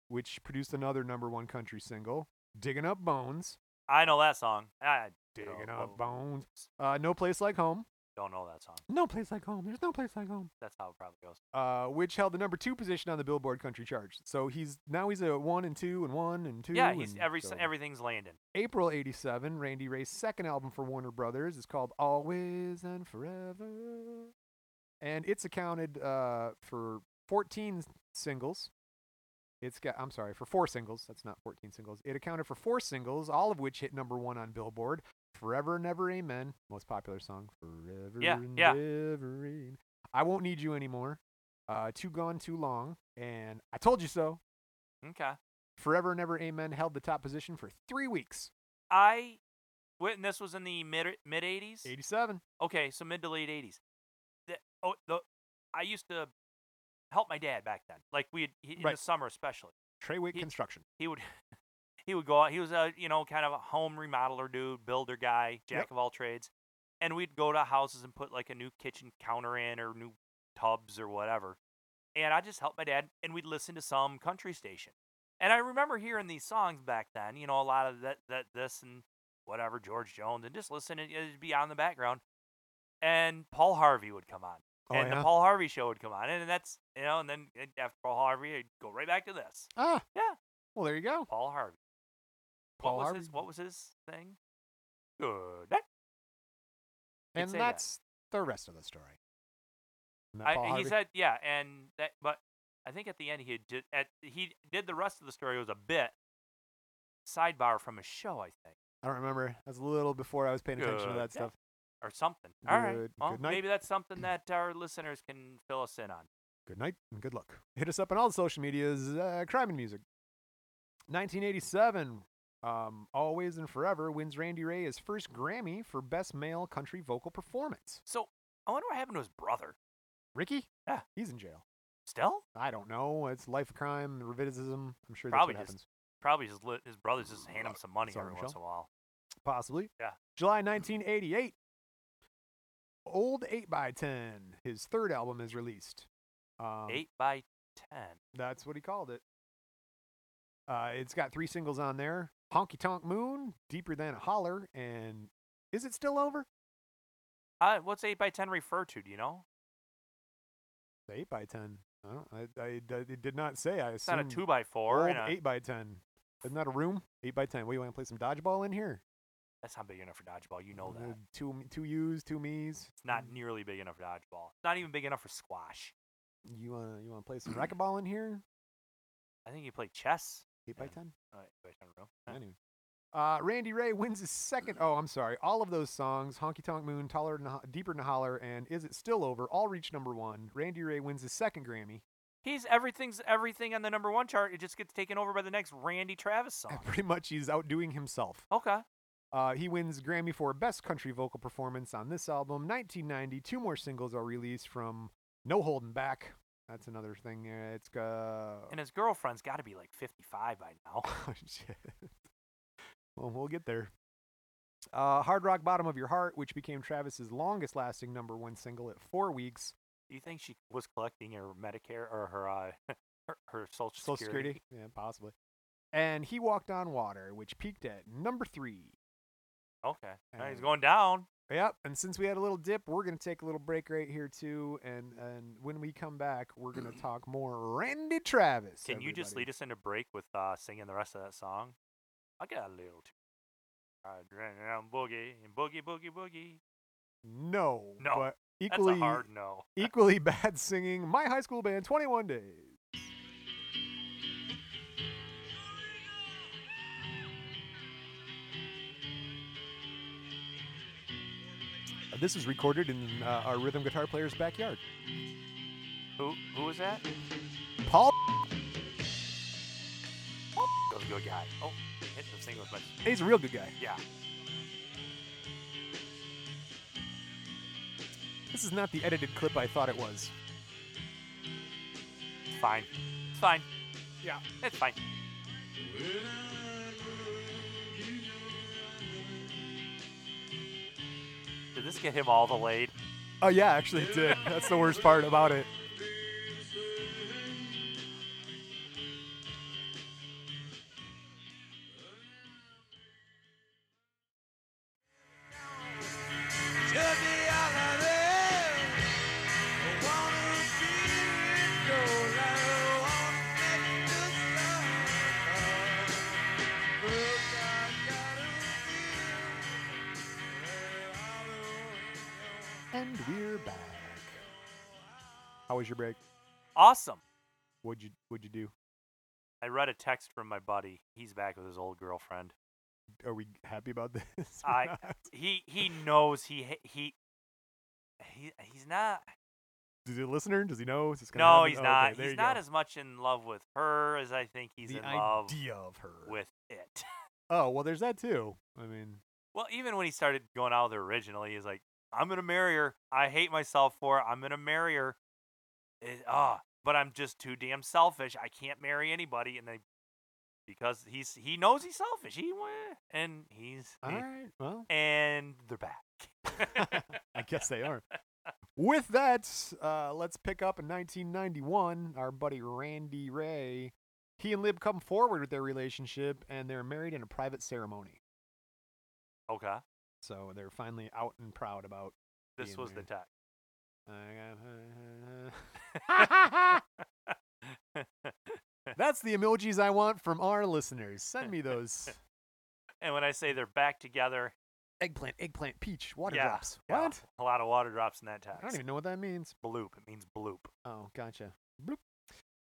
[SPEAKER 1] which produced another number one country single. "Digging Up Bones,"
[SPEAKER 2] I know that song. I
[SPEAKER 1] "Digging
[SPEAKER 2] don't
[SPEAKER 1] Up
[SPEAKER 2] know-
[SPEAKER 1] Bones," uh, "No Place Like Home."
[SPEAKER 2] Don't know that song.
[SPEAKER 1] No place like home. There's no place like home.
[SPEAKER 2] That's how it probably goes.
[SPEAKER 1] Uh, which held the number two position on the Billboard Country Charts. So he's now he's a one and two and one and two.
[SPEAKER 2] yeah. He's
[SPEAKER 1] and
[SPEAKER 2] every s
[SPEAKER 1] so-
[SPEAKER 2] everything's landing.
[SPEAKER 1] April '87, Randy Ray's second album for Warner Brothers is called Always and Forever, and it's accounted uh, for 14 singles. It's got I'm sorry for four singles. That's not 14 singles. It accounted for four singles, all of which hit number one on Billboard. Forever and Ever Amen, most popular song. Forever
[SPEAKER 2] Yeah,
[SPEAKER 1] and
[SPEAKER 2] yeah.
[SPEAKER 1] Ever Amen. I won't need you anymore. Uh, too gone, too long, and I told you so.
[SPEAKER 2] Okay.
[SPEAKER 1] Forever and Ever Amen held the top position for three weeks.
[SPEAKER 2] I when this was in the mid mid eighties.
[SPEAKER 1] 87.
[SPEAKER 2] Okay, so mid to late eighties. Oh, the I used to help my dad back then. Like we would he, in the
[SPEAKER 1] Right.
[SPEAKER 2] summer especially,
[SPEAKER 1] Treywick
[SPEAKER 2] He-
[SPEAKER 1] Construction.
[SPEAKER 2] he would he would go out. He was a you know kind of a home remodeler dude, builder guy, jack
[SPEAKER 1] Yep.
[SPEAKER 2] of all trades, and we'd go to houses and put like a new kitchen counter in or new tubs or whatever. And I just helped my dad, and we'd listen to some country station. And I remember hearing these songs back then, you know, a lot of that, that this and whatever George Jones, and just listening. It'd be on the background, and Paul Harvey would come on
[SPEAKER 1] Oh,
[SPEAKER 2] and the Paul Harvey show would come on, and that's you know, and then uh, after Paul Harvey, I'd go right back to this.
[SPEAKER 1] ah.
[SPEAKER 2] Yeah.
[SPEAKER 1] Well, there you go.
[SPEAKER 2] Paul Harvey.
[SPEAKER 1] Paul
[SPEAKER 2] what was
[SPEAKER 1] Harvey.
[SPEAKER 2] his What was his thing? Good. night. He'd
[SPEAKER 1] And
[SPEAKER 2] say that.
[SPEAKER 1] that's the rest of the story. Isn't that
[SPEAKER 2] I,
[SPEAKER 1] Paul
[SPEAKER 2] he
[SPEAKER 1] Harvey?
[SPEAKER 2] said, yeah, and that, but I think at the end he had did, at he did the rest of the story was a bit sidebar from a show, I think.
[SPEAKER 1] I don't remember. That's a little before I was paying attention to
[SPEAKER 2] Good.
[SPEAKER 1] that stuff.
[SPEAKER 2] or something. All right.
[SPEAKER 1] Good-
[SPEAKER 2] Well,
[SPEAKER 1] good night.
[SPEAKER 2] maybe that's something that our listeners can fill us in on.
[SPEAKER 1] Good night and good luck. Hit us up on all the social medias. Uh, Crime and Music. 1987. Um, Always and Forever wins Randy Ray his first Grammy for Best Male Country Vocal Performance.
[SPEAKER 2] So I wonder what happened to his brother.
[SPEAKER 1] Ricky?
[SPEAKER 2] Yeah.
[SPEAKER 1] He's in jail.
[SPEAKER 2] Still,
[SPEAKER 1] I don't know. It's life of crime, recidivism. I'm sure
[SPEAKER 2] Probably
[SPEAKER 1] that's what happens.
[SPEAKER 2] just- probably his li- his brothers just hand him some money
[SPEAKER 1] Sorry,
[SPEAKER 2] every once in
[SPEAKER 1] Michelle.
[SPEAKER 2] a while.
[SPEAKER 1] Possibly.
[SPEAKER 2] Yeah.
[SPEAKER 1] July 1988. Old 8x10, his third album, is released. Um,
[SPEAKER 2] Eight by ten.
[SPEAKER 1] That's what he called it. Uh, it's got three singles on there Honky Tonk Moon, Deeper Than a Holler, and Is It Still Over?
[SPEAKER 2] Uh, what's eight by ten refer to? Do you know?
[SPEAKER 1] The 8 by 10 I, don't, I, I, I- it did not say. I
[SPEAKER 2] It's not a
[SPEAKER 1] assumed
[SPEAKER 2] two by four.
[SPEAKER 1] old
[SPEAKER 2] and a-
[SPEAKER 1] 8 by 10 Isn't that a room? 8 by 10 What, you want to play some dodgeball in here?
[SPEAKER 2] That's not big enough for dodgeball. You know
[SPEAKER 1] Uh,
[SPEAKER 2] that.
[SPEAKER 1] Two, m- two U's, two me's.
[SPEAKER 2] It's not nearly big enough for dodgeball. It's not even big enough for squash.
[SPEAKER 1] You want to you wanna play some racquetball in here?
[SPEAKER 2] I think you play chess.
[SPEAKER 1] 8 by
[SPEAKER 2] Yeah.
[SPEAKER 1] 10
[SPEAKER 2] Uh, eight by 10 row. Huh.
[SPEAKER 1] Anyway. Uh, Randy Ray wins his second. Oh, I'm sorry. All of those songs, Honky Tonk Moon, Taller Than a Ho- Deeper Than a Holler, and Is It Still Over, all reach number one. Randy Ray wins his second Grammy.
[SPEAKER 2] He's everything's everything on the number one chart. It just gets taken over by the next Randy Travis song.
[SPEAKER 1] And pretty much he's outdoing himself.
[SPEAKER 2] Okay.
[SPEAKER 1] Uh, he wins Grammy for Best Country Vocal Performance on this album. 1990, two more singles are released from No Holding Back. That's another thing. uh, It's uh,
[SPEAKER 2] And his girlfriend's got to be like 55 by now.
[SPEAKER 1] Oh, shit. Well, we'll get there. Uh, Hard Rock Bottom of Your Heart, which became Travis's longest lasting number one single at four weeks.
[SPEAKER 2] Do you think she was collecting her Medicare or her uh, her, her Social,
[SPEAKER 1] Social Security? Yeah, possibly. And He Walked on Water, which peaked at number three.
[SPEAKER 2] Okay. Now he's
[SPEAKER 1] And-
[SPEAKER 2] going down.
[SPEAKER 1] Yep. And since we had a little dip, we're going to take a little break right here, too. And, and when we come back, we're going to talk more Randy Travis.
[SPEAKER 2] Can you just lead us into break with uh, singing the rest of that song? I got a little too. I ran around boogie and boogie boogie boogie.
[SPEAKER 1] No.
[SPEAKER 2] No,
[SPEAKER 1] But
[SPEAKER 2] That's a
[SPEAKER 1] equally,
[SPEAKER 2] hard no.
[SPEAKER 1] equally bad singing My High School Band 21 Days. Uh, This was recorded in uh, our rhythm guitar player's backyard.
[SPEAKER 2] Who who was that?
[SPEAKER 1] Paul,
[SPEAKER 2] That was a good guy. Oh, hit the single with my
[SPEAKER 1] he's a real good guy.
[SPEAKER 2] yeah.
[SPEAKER 1] This is not the edited clip I thought it was.
[SPEAKER 2] It's fine. It's fine.
[SPEAKER 1] Yeah.
[SPEAKER 2] It's fine. Did this get him all the laid?
[SPEAKER 1] Oh, yeah, actually, it did. That's the worst part about it. And we're back. How was your break?
[SPEAKER 2] Awesome.
[SPEAKER 1] What'd you What'd you do?
[SPEAKER 2] I read a text from my buddy. He's back with his old girlfriend.
[SPEAKER 1] Are we happy about this? or
[SPEAKER 2] I-
[SPEAKER 1] not?
[SPEAKER 2] He he knows he ha- he he he's not.
[SPEAKER 1] Does he a listener? Does he know? Is this gonna
[SPEAKER 2] No,
[SPEAKER 1] happen?
[SPEAKER 2] he's
[SPEAKER 1] Oh, okay,
[SPEAKER 2] not.
[SPEAKER 1] there
[SPEAKER 2] he's
[SPEAKER 1] you
[SPEAKER 2] not
[SPEAKER 1] go.
[SPEAKER 2] as much in love with her as I think he's
[SPEAKER 1] the
[SPEAKER 2] in love
[SPEAKER 1] idea of her.
[SPEAKER 2] with it.
[SPEAKER 1] Oh well, there's that too. I mean,
[SPEAKER 2] Well, even when he started going out with her originally, he's like, "I'm gonna marry her. I hate myself for it. I'm gonna marry her." It, ah, but I'm just too damn selfish. I can't marry anybody, and they because he's he knows he's selfish. He wa- and he's
[SPEAKER 1] all right. Well,
[SPEAKER 2] and they're back.
[SPEAKER 1] I guess they are. With that, uh, let's pick up in 1991. Our buddy Randy Ray, he and Lib come forward with their relationship, and they're married in a private ceremony.
[SPEAKER 2] okay,
[SPEAKER 1] So they're finally out and proud about.
[SPEAKER 2] this
[SPEAKER 1] Being
[SPEAKER 2] was the
[SPEAKER 1] married.
[SPEAKER 2] text.
[SPEAKER 1] uh, That's the emojis I want from our listeners. Send me those.
[SPEAKER 2] And when I say they're back together,
[SPEAKER 1] Eggplant, eggplant, peach, water
[SPEAKER 2] yeah,
[SPEAKER 1] drops.
[SPEAKER 2] yeah,
[SPEAKER 1] What?
[SPEAKER 2] a lot of water drops in that text.
[SPEAKER 1] I don't even know what that means.
[SPEAKER 2] Bloop. It means bloop.
[SPEAKER 1] Oh, gotcha. Bloop.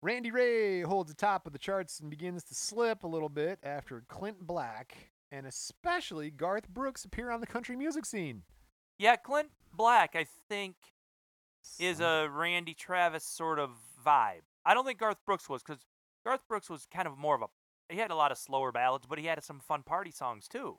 [SPEAKER 1] Randy Ray holds the top of the charts and begins to slip a little bit after Clint Black and especially Garth Brooks appear on the country music scene.
[SPEAKER 2] Yeah, Clint Black, I think, is a Randy Travis sort of vibe. I don't think Garth Brooks was, because Garth Brooks was kind of more of a. He had a lot of slower ballads, but he had some fun party songs too.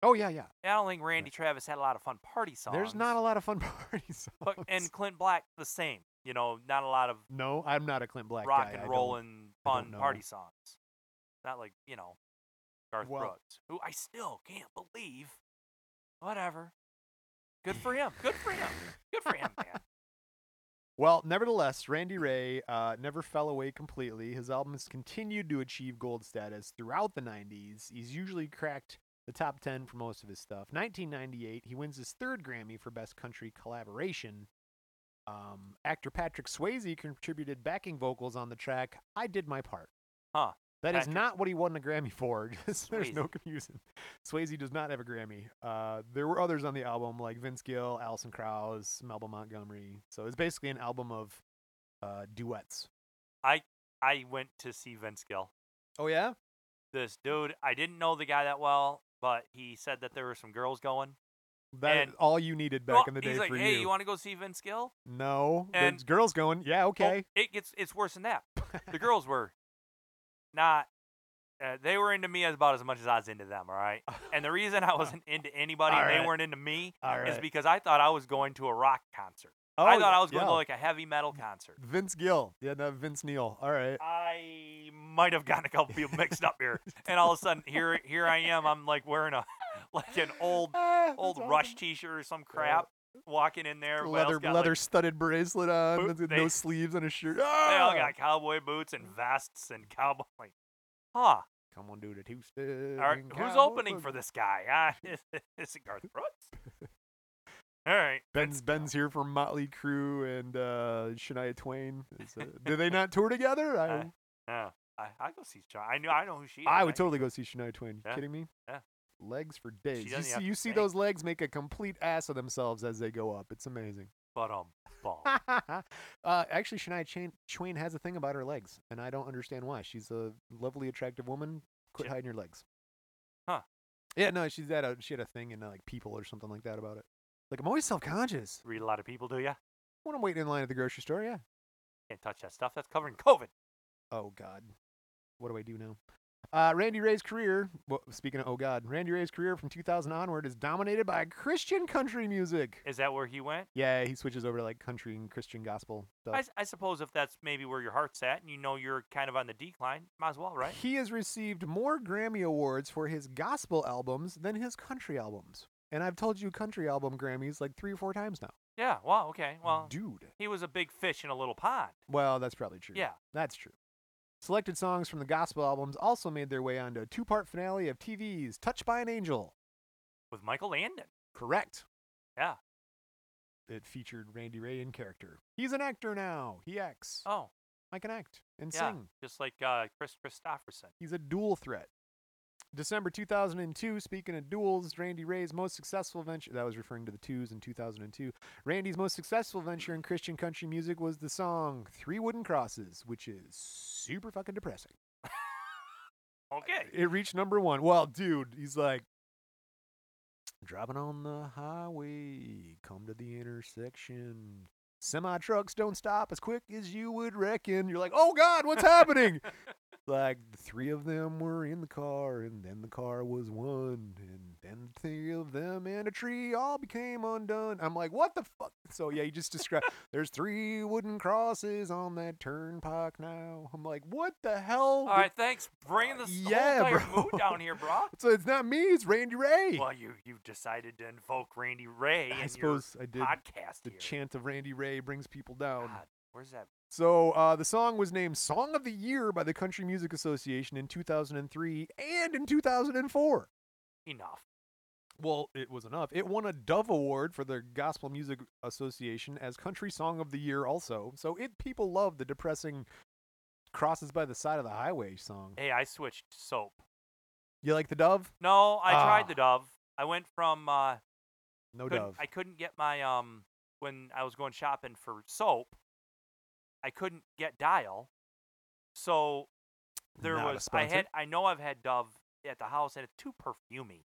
[SPEAKER 1] Oh yeah, yeah.
[SPEAKER 2] And I don't think Randy Travis had a lot of fun party songs.
[SPEAKER 1] There's not a lot of fun party songs.
[SPEAKER 2] But and Clint Black the same. You know, not a lot of
[SPEAKER 1] no, I'm not a Clint Black
[SPEAKER 2] rock
[SPEAKER 1] guy. I
[SPEAKER 2] and
[SPEAKER 1] don't-
[SPEAKER 2] roll and
[SPEAKER 1] I don't
[SPEAKER 2] fun party
[SPEAKER 1] know.
[SPEAKER 2] songs. Not like you know, Garth
[SPEAKER 1] Well-
[SPEAKER 2] Brooks, who I still can't believe. Whatever. Good for him. Good for him. Good for him, man.
[SPEAKER 1] Well, nevertheless, Randy Ray uh, never fell away completely. His albums continued to achieve gold status throughout the 90s. He's usually cracked the top 10 for most of his stuff. 1998, he wins his third Grammy for Best Country Collaboration. Um, actor Patrick Swayze contributed backing vocals on the track I Did My Part.
[SPEAKER 2] Huh.
[SPEAKER 1] That is
[SPEAKER 2] Patrick-
[SPEAKER 1] not what he won a Grammy for. Just, there's no confusion. Swayze does not have a Grammy. Uh, there were others on the album like Vince Gill, Alison Krauss, Melba Montgomery. So it's basically an album of uh, duets.
[SPEAKER 2] I went to see Vince Gill.
[SPEAKER 1] Oh yeah, Hmm.
[SPEAKER 2] This dude, I didn't know the guy that well, but he said that there were some girls going.
[SPEAKER 1] that
[SPEAKER 2] And-
[SPEAKER 1] is all you needed back
[SPEAKER 2] Well,
[SPEAKER 1] in the day
[SPEAKER 2] he's like,
[SPEAKER 1] for
[SPEAKER 2] hey,
[SPEAKER 1] you.
[SPEAKER 2] you, want to go see Vince Gill?
[SPEAKER 1] no,
[SPEAKER 2] and- Oh,
[SPEAKER 1] there's girls going. Yeah,
[SPEAKER 2] Well,
[SPEAKER 1] okay.
[SPEAKER 2] it gets it's worse than that. The girls were not. Uh, they were into me as about as much as I was into them. All right. And the reason I wasn't into anybody,
[SPEAKER 1] All
[SPEAKER 2] and they
[SPEAKER 1] right.
[SPEAKER 2] weren't into me,
[SPEAKER 1] All
[SPEAKER 2] is
[SPEAKER 1] right.
[SPEAKER 2] because I thought I was going to a rock concert.
[SPEAKER 1] oh,
[SPEAKER 2] I thought I was going
[SPEAKER 1] yeah. Mm.
[SPEAKER 2] to like a heavy metal concert.
[SPEAKER 1] Vince Gill. Yeah, no, Vince Neil. All right.
[SPEAKER 2] I might have gotten a couple people mixed up here, and all of a sudden here here I am. I'm like wearing a like an old
[SPEAKER 1] Ah, that's
[SPEAKER 2] old
[SPEAKER 1] awesome.
[SPEAKER 2] Rush T-shirt or some crap, walking in there. everybody else
[SPEAKER 1] leather
[SPEAKER 2] got, like,
[SPEAKER 1] leather studded bracelet on,
[SPEAKER 2] Boop,
[SPEAKER 1] with
[SPEAKER 2] they-
[SPEAKER 1] no sleeves and a shirt.
[SPEAKER 2] They all
[SPEAKER 1] Ah!
[SPEAKER 2] got cowboy boots and vests and cowboy. Like, huh?
[SPEAKER 1] Come on, dude, a two-step.
[SPEAKER 2] All right, who's opening for this guy? Ah, this is Garth Brooks. All right,
[SPEAKER 1] Ben's Ben's here for Motley Crue and uh, Shania Twain. Is, uh, do they not tour together? I,
[SPEAKER 2] Uh, yeah, I I go see John. I knew I know who she is.
[SPEAKER 1] I would totally go see Shania Twain.
[SPEAKER 2] Yeah,
[SPEAKER 1] Kidding me?
[SPEAKER 2] yeah.
[SPEAKER 1] Legs for days. You
[SPEAKER 2] doesn't
[SPEAKER 1] see,
[SPEAKER 2] have
[SPEAKER 1] you
[SPEAKER 2] to
[SPEAKER 1] see
[SPEAKER 2] sing.
[SPEAKER 1] those legs make a complete ass of themselves as they go up. It's amazing.
[SPEAKER 2] But um, ball.
[SPEAKER 1] uh, actually, Shania Chain, Twain has a thing about her legs, and I don't understand why. She's a lovely, attractive woman. Quit
[SPEAKER 2] Sure.
[SPEAKER 1] hiding your legs.
[SPEAKER 2] Huh.
[SPEAKER 1] Yeah, no, she's had a she had a thing in uh, like People or something like that about it. Like I'm always self-conscious
[SPEAKER 2] Read a lot of people, do ya?
[SPEAKER 1] when I'm waiting in line at the grocery store. Yeah.
[SPEAKER 2] Can't touch that stuff. That's covering COVID.
[SPEAKER 1] Oh God, what do I do now? Uh, Randy Ray's career. Well, speaking of oh God, Randy Ray's career from 2000 onward is dominated by Christian country music.
[SPEAKER 2] Is that where he went?
[SPEAKER 1] Yeah, he switches over to like country and Christian gospel stuff.
[SPEAKER 2] I, s- I suppose if that's maybe where your heart's at, and you know you're kind of on the decline, might as well, right?
[SPEAKER 1] He has received more Grammy awards for his gospel albums than his country albums. And I've told you country album Grammys like three or four times now.
[SPEAKER 2] Yeah. Well, okay. Well,
[SPEAKER 1] Dude.
[SPEAKER 2] he was a big fish in a little pond.
[SPEAKER 1] Well, that's probably true.
[SPEAKER 2] Yeah.
[SPEAKER 1] That's true. Selected songs from the gospel albums also made their way onto a two part finale of TV's Touched by an Angel.
[SPEAKER 2] With Michael Landon.
[SPEAKER 1] Correct.
[SPEAKER 2] Yeah.
[SPEAKER 1] It featured Randy Ray in character. He's an actor now. He acts.
[SPEAKER 2] Oh,
[SPEAKER 1] I can act and
[SPEAKER 2] yeah.
[SPEAKER 1] sing.
[SPEAKER 2] Just like uh, Chris Christopherson.
[SPEAKER 1] He's a dual threat. December 2002, speaking of duels, Randy Ray's most successful venture, that was referring to the twos in 2002. Randy's most successful venture in Christian country music was the song Three Wooden Crosses, which is super fucking depressing.
[SPEAKER 2] Okay.
[SPEAKER 1] It reached number one. Well, dude, he's like, driving on the highway, come to the intersection. Semi trucks don't stop as quick as you would reckon. You're like, oh God, what's happening? like, the three of them were in the car, and then the car was one, and then the three of them and a tree all became undone. I'm like, what the fuck? So, yeah, you just described there's three wooden crosses on that turnpike now. I'm like, what the hell?
[SPEAKER 2] All right. Thanks. Bringing this
[SPEAKER 1] Oh, Uh, yeah,
[SPEAKER 2] whole entire
[SPEAKER 1] bro.
[SPEAKER 2] mood down here, bro.
[SPEAKER 1] So it's not me, it's Randy Ray.
[SPEAKER 2] Well, you you decided to invoke Randy Ray in
[SPEAKER 1] I suppose I did.
[SPEAKER 2] your podcast
[SPEAKER 1] The
[SPEAKER 2] here.
[SPEAKER 1] chant of Randy Ray brings people down.
[SPEAKER 2] God, where's that?
[SPEAKER 1] So uh, the song was named Song of the Year by the Country Music Association in 2003 and in 2004.
[SPEAKER 2] Enough.
[SPEAKER 1] Well, it was enough. It won a Dove Award for the Gospel Music Association as Country Song of the Year also. So it people love the depressing crosses by the side of the highway song.
[SPEAKER 2] Hey, I switched to soap.
[SPEAKER 1] You like the Dove?
[SPEAKER 2] No, I
[SPEAKER 1] Ah.
[SPEAKER 2] tried the Dove. I went from uh,
[SPEAKER 1] No
[SPEAKER 2] couldn't-
[SPEAKER 1] Dove.
[SPEAKER 2] I couldn't get my um when I was going shopping for soap. I couldn't get Dial, so there
[SPEAKER 1] Not a
[SPEAKER 2] was I
[SPEAKER 1] sponsor.
[SPEAKER 2] had I know I've had Dove at the house, and it's too perfumey. It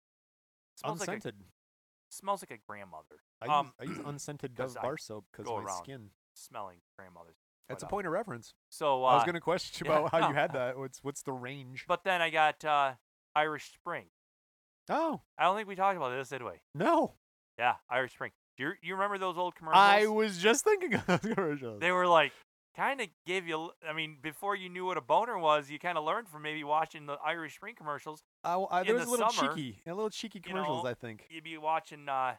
[SPEAKER 2] smells like a,
[SPEAKER 1] unscented.
[SPEAKER 2] smells like a grandmother.
[SPEAKER 1] I,
[SPEAKER 2] um,
[SPEAKER 1] use, I use unscented
[SPEAKER 2] 'cause
[SPEAKER 1] Dove
[SPEAKER 2] I
[SPEAKER 1] bar soap because
[SPEAKER 2] go
[SPEAKER 1] my
[SPEAKER 2] around.
[SPEAKER 1] skin.
[SPEAKER 2] Smelling grandmothers.
[SPEAKER 3] That's a
[SPEAKER 2] But, uh,
[SPEAKER 3] point of reference.
[SPEAKER 2] So
[SPEAKER 1] I
[SPEAKER 2] uh,
[SPEAKER 1] was gonna question
[SPEAKER 2] yeah,
[SPEAKER 1] about how you
[SPEAKER 2] no,
[SPEAKER 1] had that. What's what's the range?
[SPEAKER 2] but then I got uh, Irish Spring.
[SPEAKER 1] oh
[SPEAKER 2] I don't think we talked about this, did we?
[SPEAKER 1] no!
[SPEAKER 2] Yeah, Irish Spring. Do you, you remember those old commercials?
[SPEAKER 1] I was just thinking of those commercials.
[SPEAKER 2] they were like kind of gave you. l- I mean, before you knew what a boner was, you kind of learned from maybe watching the Irish Spring commercials.
[SPEAKER 1] I, I, there
[SPEAKER 2] in
[SPEAKER 1] was
[SPEAKER 2] the
[SPEAKER 1] a little
[SPEAKER 2] summer,
[SPEAKER 1] cheeky, a little cheeky
[SPEAKER 2] you
[SPEAKER 1] commercials.
[SPEAKER 2] know,
[SPEAKER 1] I think.
[SPEAKER 2] You'd be watching uh,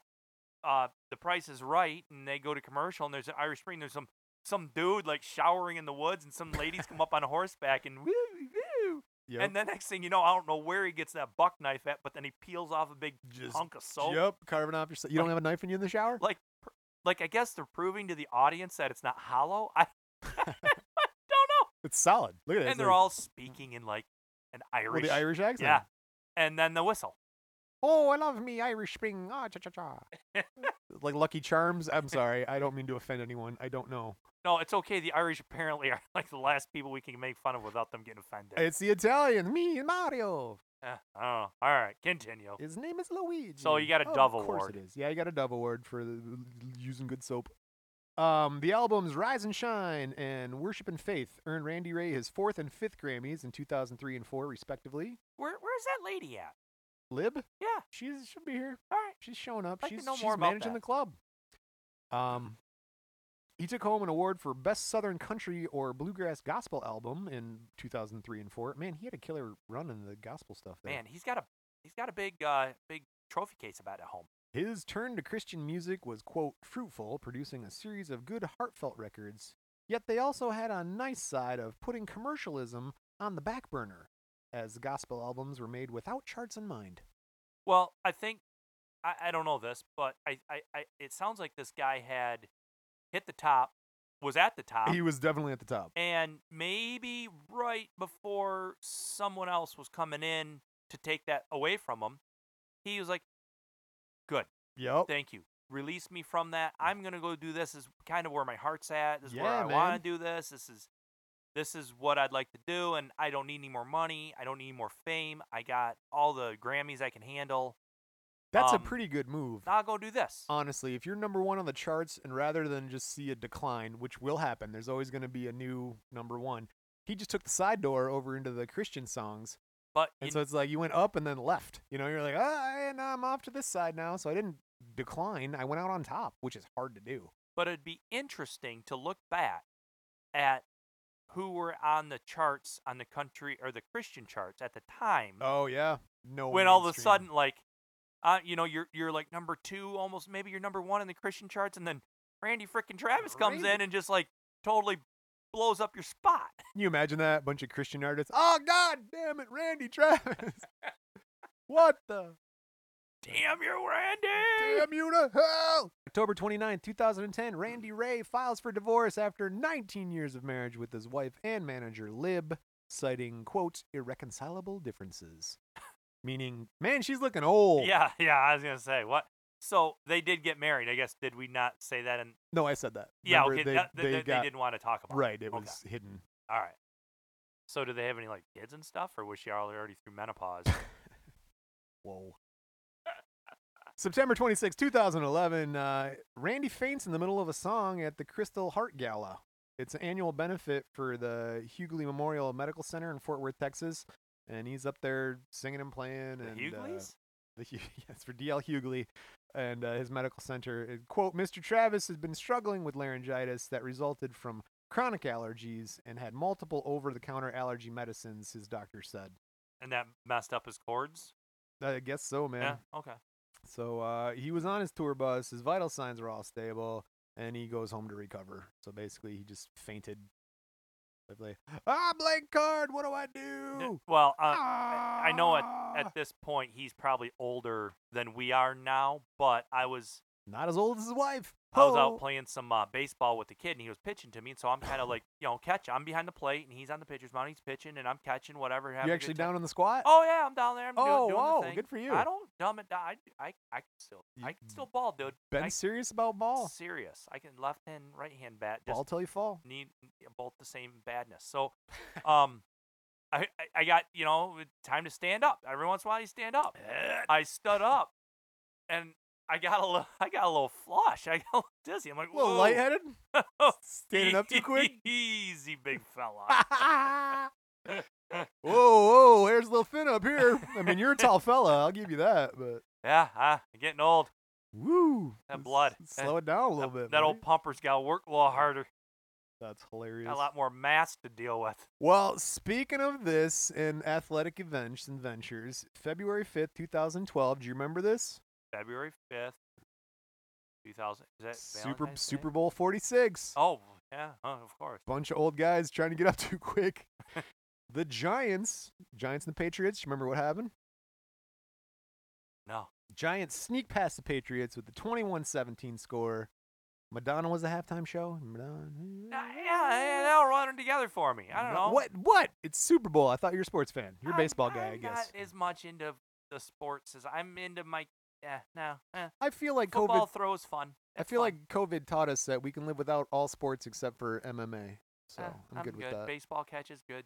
[SPEAKER 2] uh, The Price Is Right, and they go to commercial, and there's an Irish Spring. There's some some dude like showering in the woods, and some ladies come up on horseback and woo woo.
[SPEAKER 1] Yep.
[SPEAKER 2] And the next thing you know, I don't know where he gets that buck knife at, but then he peels off a big
[SPEAKER 1] Just
[SPEAKER 2] hunk of soap.
[SPEAKER 1] yep, carving off your. s- You don't have a knife in you in the shower.
[SPEAKER 2] like pr- like I guess they're proving to the audience that it's not hollow. I, don't
[SPEAKER 1] It's solid. Look at
[SPEAKER 2] know.
[SPEAKER 1] that.
[SPEAKER 2] And they're all speaking in like an Irish,
[SPEAKER 1] with the Irish accent.
[SPEAKER 2] yeah, and then the whistle.
[SPEAKER 1] Oh, I love me Irish Spring. Ah, cha cha cha. like Lucky Charms. I'm sorry. I don't mean to offend anyone. I don't know.
[SPEAKER 2] No, it's okay. The Irish apparently are like the last people we can make fun of without them getting offended.
[SPEAKER 1] It's the Italian. Me and Mario.
[SPEAKER 2] Eh, I don't know. All right, continue.
[SPEAKER 1] His name is Luigi.
[SPEAKER 2] So you got a
[SPEAKER 1] Of
[SPEAKER 2] Dove
[SPEAKER 1] course
[SPEAKER 2] Award.
[SPEAKER 1] it is. Yeah, you got a Dove Award for the- l- l- using good soap. Um, the albums Rise and Shine and Worship and Faith earned Randy Ray his fourth and fifth Grammys in 2003 and 4, respectively.
[SPEAKER 2] Where where's that lady at?
[SPEAKER 1] Lib,
[SPEAKER 2] Yeah.
[SPEAKER 1] she should be here.
[SPEAKER 2] All right.
[SPEAKER 1] She's showing up.
[SPEAKER 2] I'd like to
[SPEAKER 1] she's
[SPEAKER 2] know
[SPEAKER 1] she's
[SPEAKER 2] more about
[SPEAKER 1] managing
[SPEAKER 2] that.
[SPEAKER 1] the club. Um, he took home an award for best Southern country or bluegrass gospel album in 2003 and 4. Man, he had a killer run in the gospel stuff. There.
[SPEAKER 2] Man, he's got a he's got a big uh big trophy case about at home.
[SPEAKER 1] His turn to Christian music was, quote, fruitful, producing a series of good, heartfelt records. Yet they also had a nice side of putting commercialism on the back burner, as gospel albums were made without charts in mind.
[SPEAKER 2] Well, I think I, I don't know this, but I, I, I it sounds like this guy had hit the top, was at the top,
[SPEAKER 1] was definitely at the top.
[SPEAKER 2] and maybe right before someone else was coming in to take that away from him, he was like, "Good,
[SPEAKER 1] Yep.
[SPEAKER 2] thank you. Release me from that. I'm gonna go do this. Is kind of where my heart's at. This is where
[SPEAKER 1] Yeah,
[SPEAKER 2] I want
[SPEAKER 1] man.
[SPEAKER 2] to do this. This is." This is what I'd like to do, and I don't need any more money. I don't need any more fame. I got all the Grammys I can handle.
[SPEAKER 1] That's
[SPEAKER 2] Um,
[SPEAKER 1] a pretty good move.
[SPEAKER 2] Now I'll go do this.
[SPEAKER 1] Honestly, if you're number one on the charts, and rather than just see a decline, which will happen, there's always going to be a new number one. He just took the side door over into the Christian songs,
[SPEAKER 2] But
[SPEAKER 1] And
[SPEAKER 2] you-
[SPEAKER 1] so it's like you went up and then left. You know, you're like, ah, and I'm off to this side now. So I didn't decline. I went out on top, which is hard to do.
[SPEAKER 2] but it'd be interesting to look back at who were on the charts on the country or the Christian charts at the time
[SPEAKER 1] Oh yeah, no.
[SPEAKER 2] when all of a
[SPEAKER 1] mainstream.
[SPEAKER 2] sudden like uh, you know you're you're like number 2 almost maybe you're number 1 in the Christian charts and then Randy frickin' Travis comes in
[SPEAKER 1] Randy-
[SPEAKER 2] and just like totally blows up your spot.
[SPEAKER 1] Can you imagine that bunch of Christian artists. Oh God, damn it, Randy Travis. what the?
[SPEAKER 2] Damn you Randy.
[SPEAKER 1] Damn you to hell! October 29, 2010, Randy Ray files for divorce after 19 years of marriage with his wife and manager Lib, citing quote irreconcilable differences. Meaning, man, she's looking old.
[SPEAKER 2] Yeah, yeah, I was going to say what so they did get married. I guess did we not say that in
[SPEAKER 1] No, I said that.
[SPEAKER 2] Yeah,
[SPEAKER 1] Remember,
[SPEAKER 2] okay.
[SPEAKER 1] They,
[SPEAKER 2] that- that-
[SPEAKER 1] they
[SPEAKER 2] that
[SPEAKER 1] got
[SPEAKER 2] didn't want to talk about. it.
[SPEAKER 1] right. It
[SPEAKER 2] Okay.
[SPEAKER 1] was hidden.
[SPEAKER 2] All right. So do they have any like kids and stuff, or was she al- already through menopause?
[SPEAKER 1] Whoa. September 26, 2011. Uh, Randy faints in the middle of a song at the Crystal Heart Gala. It's an annual benefit for the Hughley Memorial Medical Center in Fort Worth, Texas, and he's up there singing and playing.
[SPEAKER 2] the
[SPEAKER 1] and uh,
[SPEAKER 2] Hughleys?
[SPEAKER 1] the Hugh- yes, for DL Hughley and uh, his medical center. It, quote, Mr. Travis has been struggling with laryngitis that resulted from chronic allergies and had multiple over the counter allergy medicines, his doctor said.
[SPEAKER 2] and that messed up his chords.
[SPEAKER 1] I guess so, man.
[SPEAKER 2] Yeah. Okay.
[SPEAKER 1] So uh, he was on his tour bus, his vital signs were all stable, and he goes home to recover. So basically, he just fainted. I play, ah, blank card, what do I
[SPEAKER 2] N-
[SPEAKER 1] do?
[SPEAKER 2] Well, uh,
[SPEAKER 1] ah!
[SPEAKER 2] I know at this point he's probably older than we are now, but I was
[SPEAKER 1] Not as old as his wife. Oh,
[SPEAKER 2] I was
[SPEAKER 1] Ho!
[SPEAKER 2] out playing some uh, baseball with the kid, and he was pitching to me, and so I'm kind of like, you know, catch. I'm behind the plate, and he's on the pitcher's mound. He's pitching, and I'm catching whatever. having
[SPEAKER 1] You
[SPEAKER 2] a
[SPEAKER 1] actually
[SPEAKER 2] good time.
[SPEAKER 1] down on the squat?
[SPEAKER 2] Oh yeah, I'm down there. I'm
[SPEAKER 1] Oh,
[SPEAKER 2] doing, doing
[SPEAKER 1] wow,
[SPEAKER 2] the thing.
[SPEAKER 1] good for you.
[SPEAKER 2] I don't dumb it down. I, I, I can still,
[SPEAKER 1] You- Oh.
[SPEAKER 2] I can still ball, dude.
[SPEAKER 1] Been
[SPEAKER 2] I-
[SPEAKER 1] serious about ball.
[SPEAKER 2] serious. I can left hand, right hand bat. Just
[SPEAKER 1] Ball till you fall.
[SPEAKER 2] need both the same badness. So, um, I, I, I got, you know, time to stand up. Every once in a while, you stand up. I stood up, and I got a little, I got a little flush. I got a little dizzy. I'm like,
[SPEAKER 1] A little
[SPEAKER 2] "Whoa." Oh,
[SPEAKER 1] lightheaded? Standing up too quick?
[SPEAKER 2] Easy, big fella.
[SPEAKER 1] whoa, whoa, there's Lil Finn up here. I mean, you're a tall fella. I'll give you that, but
[SPEAKER 2] yeah, huh? I'm getting old.
[SPEAKER 1] woo.
[SPEAKER 2] That
[SPEAKER 1] s-
[SPEAKER 2] blood.
[SPEAKER 1] s- Slow it down a little
[SPEAKER 2] that,
[SPEAKER 1] bit.
[SPEAKER 2] that
[SPEAKER 1] buddy.
[SPEAKER 2] old pumper's got to work a little harder.
[SPEAKER 1] That's hilarious.
[SPEAKER 2] Got a lot more mass to deal with.
[SPEAKER 1] Well, speaking of this in athletic events and ventures, February 5th, 2012, do you remember this?
[SPEAKER 2] February 5th, 2000. Is that
[SPEAKER 1] Super
[SPEAKER 2] Valentine's Day?
[SPEAKER 1] Super Bowl 46.
[SPEAKER 2] Oh, yeah, huh, of course.
[SPEAKER 1] Bunch of old guys trying to get up too quick. the Giants, Giants and the Patriots, you remember what happened?
[SPEAKER 2] No.
[SPEAKER 1] Giants sneak past the Patriots with the 21-17 score. Madonna was the halftime show. Madonna.
[SPEAKER 2] Yeah, yeah, they all running together for me. I don't know.
[SPEAKER 1] What? What? It's Super Bowl. I thought you were a sports fan. You're a
[SPEAKER 2] I'm-
[SPEAKER 1] baseball guy,
[SPEAKER 2] I'm
[SPEAKER 1] I guess.
[SPEAKER 2] not as much into the sports as I'm into my. Yeah, no. Eh.
[SPEAKER 1] I feel like COVID
[SPEAKER 2] Football throws fun.
[SPEAKER 1] I
[SPEAKER 2] It's
[SPEAKER 1] feel
[SPEAKER 2] fun.
[SPEAKER 1] like COVID taught us that we can live without all sports except for MMA. So
[SPEAKER 2] Eh,
[SPEAKER 1] I'm, good, with that. Did
[SPEAKER 2] Baseball catches good.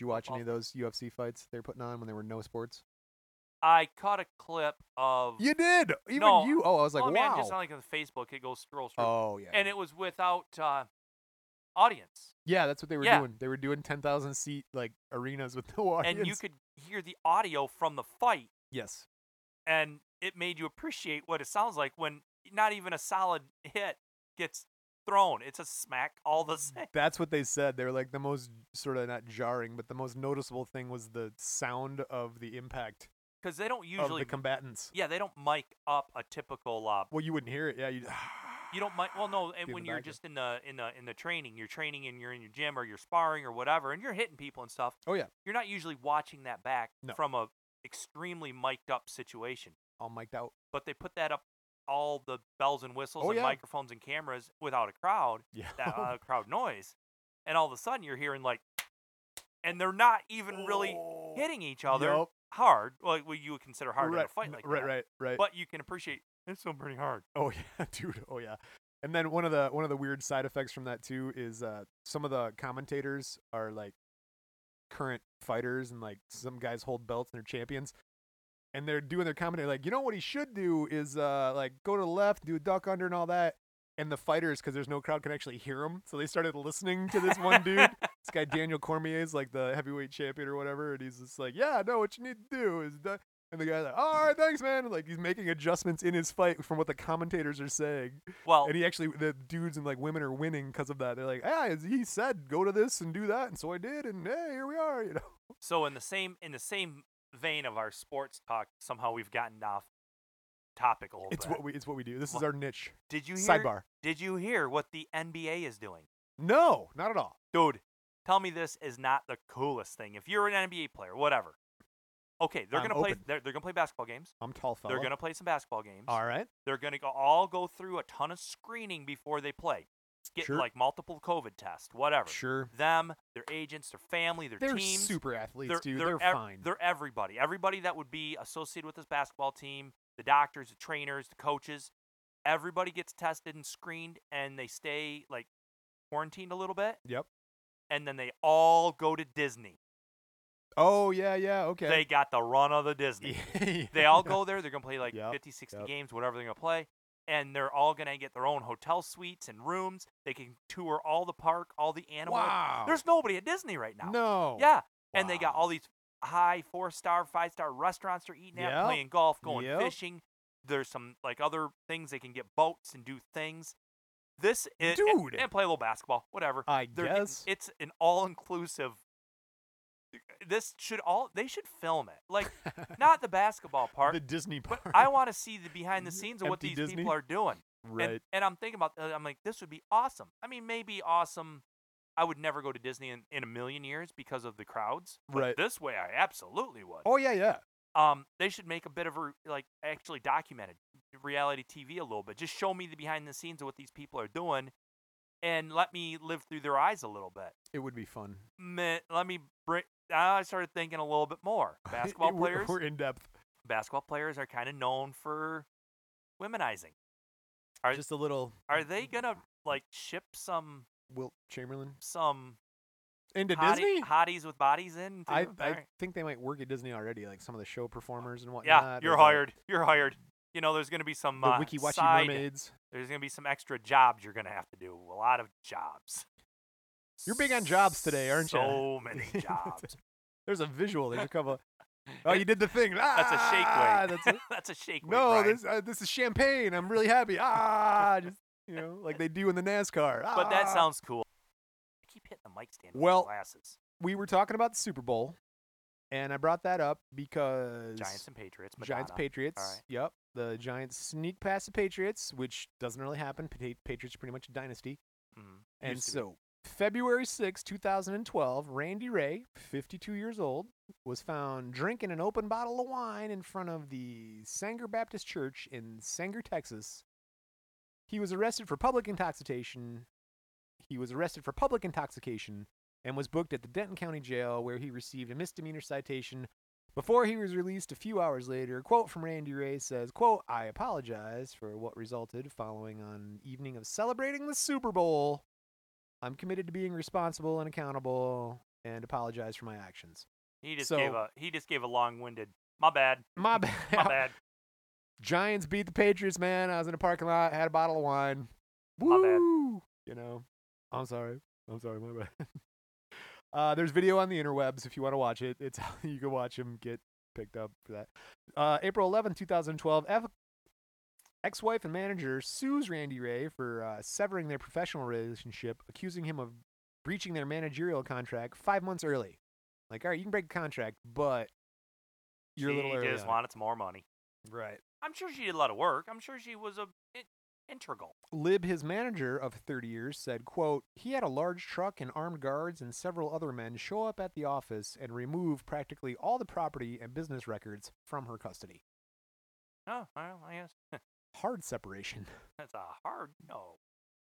[SPEAKER 1] you watch any
[SPEAKER 2] football.
[SPEAKER 1] of those UFC fights they were putting on when there were no sports?
[SPEAKER 2] I caught a clip of.
[SPEAKER 1] You did. Even
[SPEAKER 2] Mm. No.
[SPEAKER 1] you. Oh, I was like,
[SPEAKER 2] oh
[SPEAKER 1] wow.
[SPEAKER 2] man, just on like on the Facebook, it goes scroll through.
[SPEAKER 1] oh yeah.
[SPEAKER 2] and it was without uh, audience.
[SPEAKER 1] yeah, that's what they were
[SPEAKER 2] Yeah.
[SPEAKER 1] doing. They were doing 10,000 seat like arenas with no audience.
[SPEAKER 2] and you could hear the audio from the fight,
[SPEAKER 1] yes.
[SPEAKER 2] and it made you appreciate what it sounds like when not even a solid hit gets thrown. It's a smack all the same.
[SPEAKER 1] That's what they said. They were like the most sort of not jarring, but the most noticeable thing was the sound of the impact
[SPEAKER 2] Because they don't
[SPEAKER 1] of
[SPEAKER 2] usually,
[SPEAKER 1] Oh, the combatants.
[SPEAKER 2] yeah, they don't mic up a typical. Uh,
[SPEAKER 1] Well, you wouldn't hear it. Yeah, you
[SPEAKER 2] you don't mic. Well, no, and
[SPEAKER 1] in
[SPEAKER 2] when
[SPEAKER 1] the
[SPEAKER 2] you're
[SPEAKER 1] background.
[SPEAKER 2] just in the in the in the training, you're training and you're in your gym or you're sparring or whatever, and you're hitting people and stuff.
[SPEAKER 1] Oh yeah.
[SPEAKER 2] You're not usually watching that back
[SPEAKER 1] No.
[SPEAKER 2] from a extremely mic'd up situation.
[SPEAKER 1] All mic'd out.
[SPEAKER 2] but they put that up all the bells and whistles
[SPEAKER 1] Oh,
[SPEAKER 2] and
[SPEAKER 1] yeah.
[SPEAKER 2] microphones and cameras without a crowd,
[SPEAKER 1] Yeah.
[SPEAKER 2] that uh, crowd noise, and all of a sudden you're hearing like, and they're not even really
[SPEAKER 1] Oh.
[SPEAKER 2] hitting each other
[SPEAKER 1] Yup.
[SPEAKER 2] hard, like what you would consider hard
[SPEAKER 1] right,
[SPEAKER 2] in a fight
[SPEAKER 1] n-
[SPEAKER 2] like
[SPEAKER 1] right,
[SPEAKER 2] that.
[SPEAKER 1] right, right.
[SPEAKER 2] But you can appreciate it's still pretty hard.
[SPEAKER 1] oh yeah, dude. Oh yeah. And then one of the one of the weird side effects from that too is uh, some of the commentators are like current fighters, and like some guys hold belts and they're champions, and they're doing their commentary like, you know what he should do is uh, like go to the left, do a duck under, and all that. And the fighters, because there's no crowd, can actually hear them. So they started listening to this one dude. this guy Daniel Cormier is like the heavyweight champion or whatever, and he's just like, "Yeah, no, what you need to do is," du-" and the guy's like, "All right, thanks, man." And, like he's making adjustments in his fight from what the commentators are saying,
[SPEAKER 2] Well,
[SPEAKER 1] and he actually the dudes and like women are winning because of that. They're like, "Ah, he said go to this and do that, and so I did, and hey, here we are," you know.
[SPEAKER 2] so in the same in the same vein of our sports talk, somehow we've gotten off topic a little
[SPEAKER 1] It's
[SPEAKER 2] bit.
[SPEAKER 1] what we it's what we do. This is
[SPEAKER 2] Well,
[SPEAKER 1] our niche.
[SPEAKER 2] did you hear?
[SPEAKER 1] Sidebar.
[SPEAKER 2] Did you hear what the NBA is doing?
[SPEAKER 1] No, not at all.
[SPEAKER 2] dude, tell me this is not the coolest thing. If you're an NBA player, whatever. Okay, they're
[SPEAKER 1] I'm
[SPEAKER 2] gonna play.
[SPEAKER 1] open.
[SPEAKER 2] They're, they're gonna play basketball games.
[SPEAKER 1] I'm tall fella.
[SPEAKER 2] They're gonna play some basketball games.
[SPEAKER 1] All right.
[SPEAKER 2] They're gonna go, all go through a ton of screening before they play. Get
[SPEAKER 1] Sure.
[SPEAKER 2] like multiple COVID tests, whatever.
[SPEAKER 1] Sure.
[SPEAKER 2] Them, their agents, their family, their
[SPEAKER 1] They're
[SPEAKER 2] teams.
[SPEAKER 1] super athletes, dude. They're,
[SPEAKER 2] ev-
[SPEAKER 1] fine.
[SPEAKER 2] They're everybody. Everybody that would be associated with this basketball team, the doctors, the trainers, the coaches, everybody gets tested and screened, and they stay like quarantined a little bit.
[SPEAKER 1] Yep.
[SPEAKER 2] And then they all go to Disney.
[SPEAKER 1] oh yeah, yeah. Okay.
[SPEAKER 2] They got the run of the Disney.
[SPEAKER 1] Yeah.
[SPEAKER 2] They all go there. They're going to play like
[SPEAKER 1] Yep,
[SPEAKER 2] fifty, sixty 50, 60
[SPEAKER 1] yep.
[SPEAKER 2] games, whatever they're going to play. And they're all going to get their own hotel suites and rooms. They can tour all the park, all the animal.
[SPEAKER 1] Wow.
[SPEAKER 2] There's nobody at Disney right now.
[SPEAKER 1] No.
[SPEAKER 2] Yeah. And they got
[SPEAKER 1] Wow.
[SPEAKER 2] all these high four star, five star restaurants they're eating
[SPEAKER 1] Yep.
[SPEAKER 2] at, playing golf, going
[SPEAKER 1] Yep.
[SPEAKER 2] fishing. There's some like other things they can get boats and do things. This is
[SPEAKER 1] Dude.
[SPEAKER 2] and, play a little basketball, whatever.
[SPEAKER 1] I
[SPEAKER 2] They're getting-
[SPEAKER 1] guess.
[SPEAKER 2] it's an all inclusive. This should all they should film it like not the basketball part,
[SPEAKER 1] the Disney
[SPEAKER 2] but
[SPEAKER 1] part.
[SPEAKER 2] I want to see the behind the scenes of what
[SPEAKER 1] Empty
[SPEAKER 2] these
[SPEAKER 1] Disney?
[SPEAKER 2] people are doing.
[SPEAKER 1] right.
[SPEAKER 2] And, and I'm thinking about, uh, I'm like, this would be awesome. I mean, maybe awesome. I would never go to Disney in, in a million years because of the crowds. But
[SPEAKER 1] Right.
[SPEAKER 2] This way, I absolutely would.
[SPEAKER 1] oh yeah, yeah.
[SPEAKER 2] Um, they should make a bit of a like actually documented reality TV a little bit. Just show me the behind the scenes of what these people are doing, and let me live through their eyes a little bit.
[SPEAKER 1] It would be fun.
[SPEAKER 2] Meh, Let me bring. I started thinking a little bit more. Basketball
[SPEAKER 1] We're-
[SPEAKER 2] players.
[SPEAKER 1] We're in depth.
[SPEAKER 2] Basketball players are kind of known for womenizing. Are-
[SPEAKER 1] Just a little
[SPEAKER 2] Are they gonna like ship some
[SPEAKER 1] Wilt Chamberlain.
[SPEAKER 2] some
[SPEAKER 1] Into
[SPEAKER 2] Hottie-
[SPEAKER 1] Disney?
[SPEAKER 2] hotties with bodies in. Too?
[SPEAKER 1] I, I
[SPEAKER 2] Alright.
[SPEAKER 1] think they might work at Disney already, like some of the show performers and whatnot.
[SPEAKER 2] yeah,
[SPEAKER 1] or
[SPEAKER 2] you're
[SPEAKER 1] the-
[SPEAKER 2] hired. You're hired. You know, there's gonna be some
[SPEAKER 1] The
[SPEAKER 2] uh,
[SPEAKER 1] Wiki Watchy
[SPEAKER 2] side-
[SPEAKER 1] Mermaids.
[SPEAKER 2] There's gonna be some extra jobs you're gonna have to do. A lot of jobs.
[SPEAKER 1] You're big on jobs today, aren't ya?
[SPEAKER 2] So many jobs.
[SPEAKER 1] There's a visual. There's a couple. Oh, you did the thing.
[SPEAKER 2] That's a
[SPEAKER 1] Ah,
[SPEAKER 2] shake weight.
[SPEAKER 1] That's it.
[SPEAKER 2] That's a shake weight.
[SPEAKER 1] No,
[SPEAKER 2] Brian.
[SPEAKER 1] this uh, this is champagne. I'm really happy. Ah, just, you know, like they do in the NASCAR.
[SPEAKER 2] But that
[SPEAKER 1] Ah.
[SPEAKER 2] sounds cool. I keep hitting the mic stand. with my
[SPEAKER 1] Well,
[SPEAKER 2] glasses.
[SPEAKER 1] We were talking about the Super Bowl, and I brought that up because
[SPEAKER 2] Giants and Patriots. uh,
[SPEAKER 1] Giants
[SPEAKER 2] Madonna.
[SPEAKER 1] Patriots.
[SPEAKER 2] All right.
[SPEAKER 1] Yep. The Giants sneak past the Patriots, which doesn't really happen. Pata- Patriots are pretty much a dynasty.
[SPEAKER 2] Mhm.
[SPEAKER 1] And
[SPEAKER 2] Used to be.
[SPEAKER 1] so, February sixth, two 2012, Randy Ray, 52 years old, was found drinking an open bottle of wine in front of the Sanger Baptist Church in Sanger, Texas. He was arrested for public intoxication. He was arrested for public intoxication and was booked at the Denton County Jail where he received a misdemeanor citation before he was released a few hours later, a quote from Randy Ray says, quote, I apologize for what resulted following on an evening of celebrating the Super Bowl. I'm committed to being responsible and accountable and apologize for my actions.
[SPEAKER 2] he just gave
[SPEAKER 1] so-
[SPEAKER 2] a he just gave a long-winded. My bad.
[SPEAKER 1] My bad.
[SPEAKER 2] My bad.
[SPEAKER 1] Giants beat the Patriots, man. I was in a parking lot, had a bottle of wine.
[SPEAKER 2] My bad.
[SPEAKER 1] Woo! You know, I'm sorry. I'm sorry. My bad. Uh, there's video on the interwebs if you want to watch it. It's you can watch him get picked up for that. Uh, April 11, 2012, F- ex-wife and manager sues Randy Ray for uh, severing their professional relationship, accusing him of breaching their managerial contract five months early. Like, all right, you can break the contract, but you're a
[SPEAKER 2] she
[SPEAKER 1] little early.
[SPEAKER 2] just
[SPEAKER 1] on it."
[SPEAKER 2] wanted some more money.
[SPEAKER 1] right.
[SPEAKER 2] I'm sure she did a lot of work. I'm sure she was a in- integral.
[SPEAKER 1] Lib, his manager of 30 years, said, quote, he had a large truck and armed guards and several other men show up at the office and remove practically all the property and business records from her custody.
[SPEAKER 2] Oh, well, I guess
[SPEAKER 1] Hard separation.
[SPEAKER 2] that's a hard no.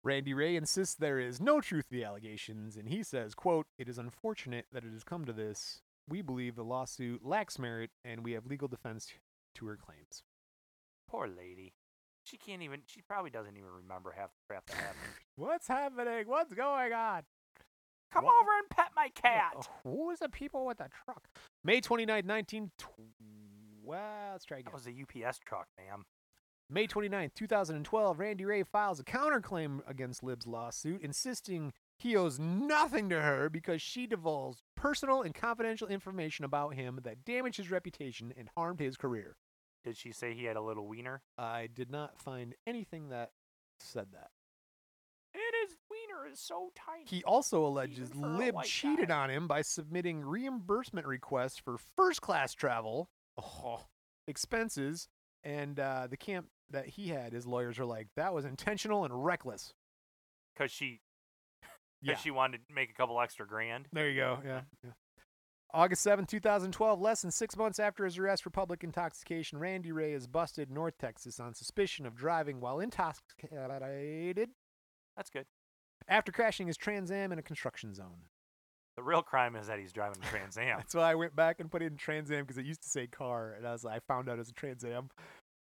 [SPEAKER 1] Randy Ray insists there is no truth to the allegations, and he says, quote, it is unfortunate that it has come to this. We believe the lawsuit lacks merit, and we have legal defense to her claims.
[SPEAKER 2] Poor lady. She can't even. She probably doesn't even remember half the crap that happened.
[SPEAKER 1] What's happening? What's going on?
[SPEAKER 2] Come
[SPEAKER 1] What?
[SPEAKER 2] over and pet my cat.
[SPEAKER 1] Oh, Who was the people with the truck? May 29th, 1912. Let's try again.
[SPEAKER 2] That was a UPS truck, ma'am.
[SPEAKER 1] May 29th, 2012, Randy Ray files a counterclaim against Lib's lawsuit, insisting he owes nothing to her because she divulged personal and confidential information about him that damaged his reputation and harmed his career.
[SPEAKER 2] Did she say he had a little wiener?
[SPEAKER 1] I did not find anything that said that.
[SPEAKER 2] It is wiener is so tiny.
[SPEAKER 1] He also alleges
[SPEAKER 2] for a
[SPEAKER 1] Lib
[SPEAKER 2] white
[SPEAKER 1] cheated
[SPEAKER 2] guy.
[SPEAKER 1] on him by submitting reimbursement requests for first class travel, oh, expenses, and uh, the camp that he had. His lawyers are like, that was intentional and reckless.
[SPEAKER 2] Cause she, cause
[SPEAKER 1] Yeah.
[SPEAKER 2] she wanted to make a couple extra grand.
[SPEAKER 1] There you go. Yeah. yeah. August seventh, two 2012, less than six months after his arrest for public intoxication, Randy Ray is busted in North Texas on suspicion of driving while intoxicated
[SPEAKER 2] That's good.
[SPEAKER 1] after crashing his Trans Am in a construction zone.
[SPEAKER 2] The real crime is that he's driving a Trans Am.
[SPEAKER 1] That's why I went back and put in Trans Am because it used to say car, and I was like, I found out it was a Trans Am.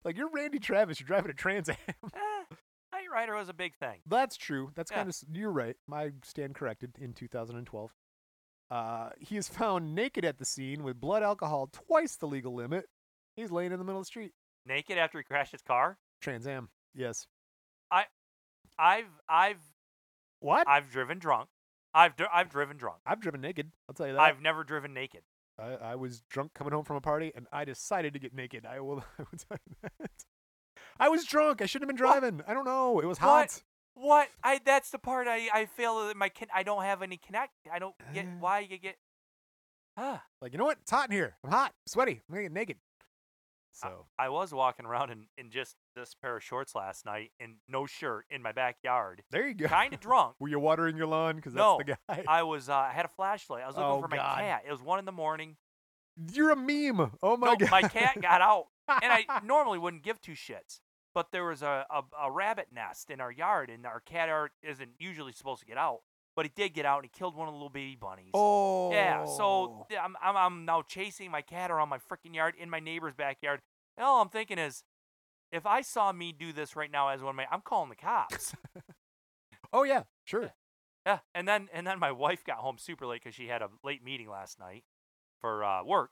[SPEAKER 1] Like you're Randy Travis, you're driving a Trans Am.
[SPEAKER 2] eh, Knight Rider was a big thing.
[SPEAKER 1] That's true. That's
[SPEAKER 2] Yeah.
[SPEAKER 1] kind of you're right. I stand corrected. In 2012, uh, he is found naked at the scene with blood alcohol twice the legal limit. He's laying in the middle of the street.
[SPEAKER 2] Naked after he crashed his car.
[SPEAKER 1] Trans Am. Yes.
[SPEAKER 2] I've I've
[SPEAKER 1] What?
[SPEAKER 2] I've driven drunk. I've dr- I've driven drunk.
[SPEAKER 1] I've driven naked. I'll tell you that.
[SPEAKER 2] I've never driven naked.
[SPEAKER 1] I, I was drunk coming home from a party, and I decided to get naked. I will. I will tell you that. I was drunk. I shouldn't have been
[SPEAKER 2] What?
[SPEAKER 1] driving. I don't know. It was
[SPEAKER 2] What?
[SPEAKER 1] hot.
[SPEAKER 2] What? I that's the part I I feel that my con- I don't have any connect. I don't get
[SPEAKER 1] Uh.
[SPEAKER 2] why you get. Ah,
[SPEAKER 1] Like, you know what? It's hot in here. I'm hot, sweaty. I'm gonna get naked. So
[SPEAKER 2] I was walking around in, in just this pair of shorts last night and no shirt in my backyard,
[SPEAKER 1] there you go.
[SPEAKER 2] kind of drunk.
[SPEAKER 1] Were you watering your lawn? Because
[SPEAKER 2] No,
[SPEAKER 1] that's the guy.
[SPEAKER 2] I was uh, I had a flashlight. I was looking
[SPEAKER 1] Oh,
[SPEAKER 2] for my
[SPEAKER 1] God.
[SPEAKER 2] cat. It was one in the morning.
[SPEAKER 1] You're a meme. Oh my
[SPEAKER 2] no,
[SPEAKER 1] god.
[SPEAKER 2] my cat got out, and I normally wouldn't give two shits. But there was a, a, a rabbit nest in our yard, and our cat art isn't usually supposed to get out, but he did get out and he killed one of the little baby bunnies.
[SPEAKER 1] Oh.
[SPEAKER 2] Yeah, so th- I'm, I'm, I'm now chasing my cat around my freaking yard in my neighbor's backyard. And all I'm thinking is, if I saw me do this right now as one of my, I'm calling the cops.
[SPEAKER 1] Oh yeah. Sure.
[SPEAKER 2] Yeah, and then and then my wife got home super late because she had a late meeting last night for uh, work,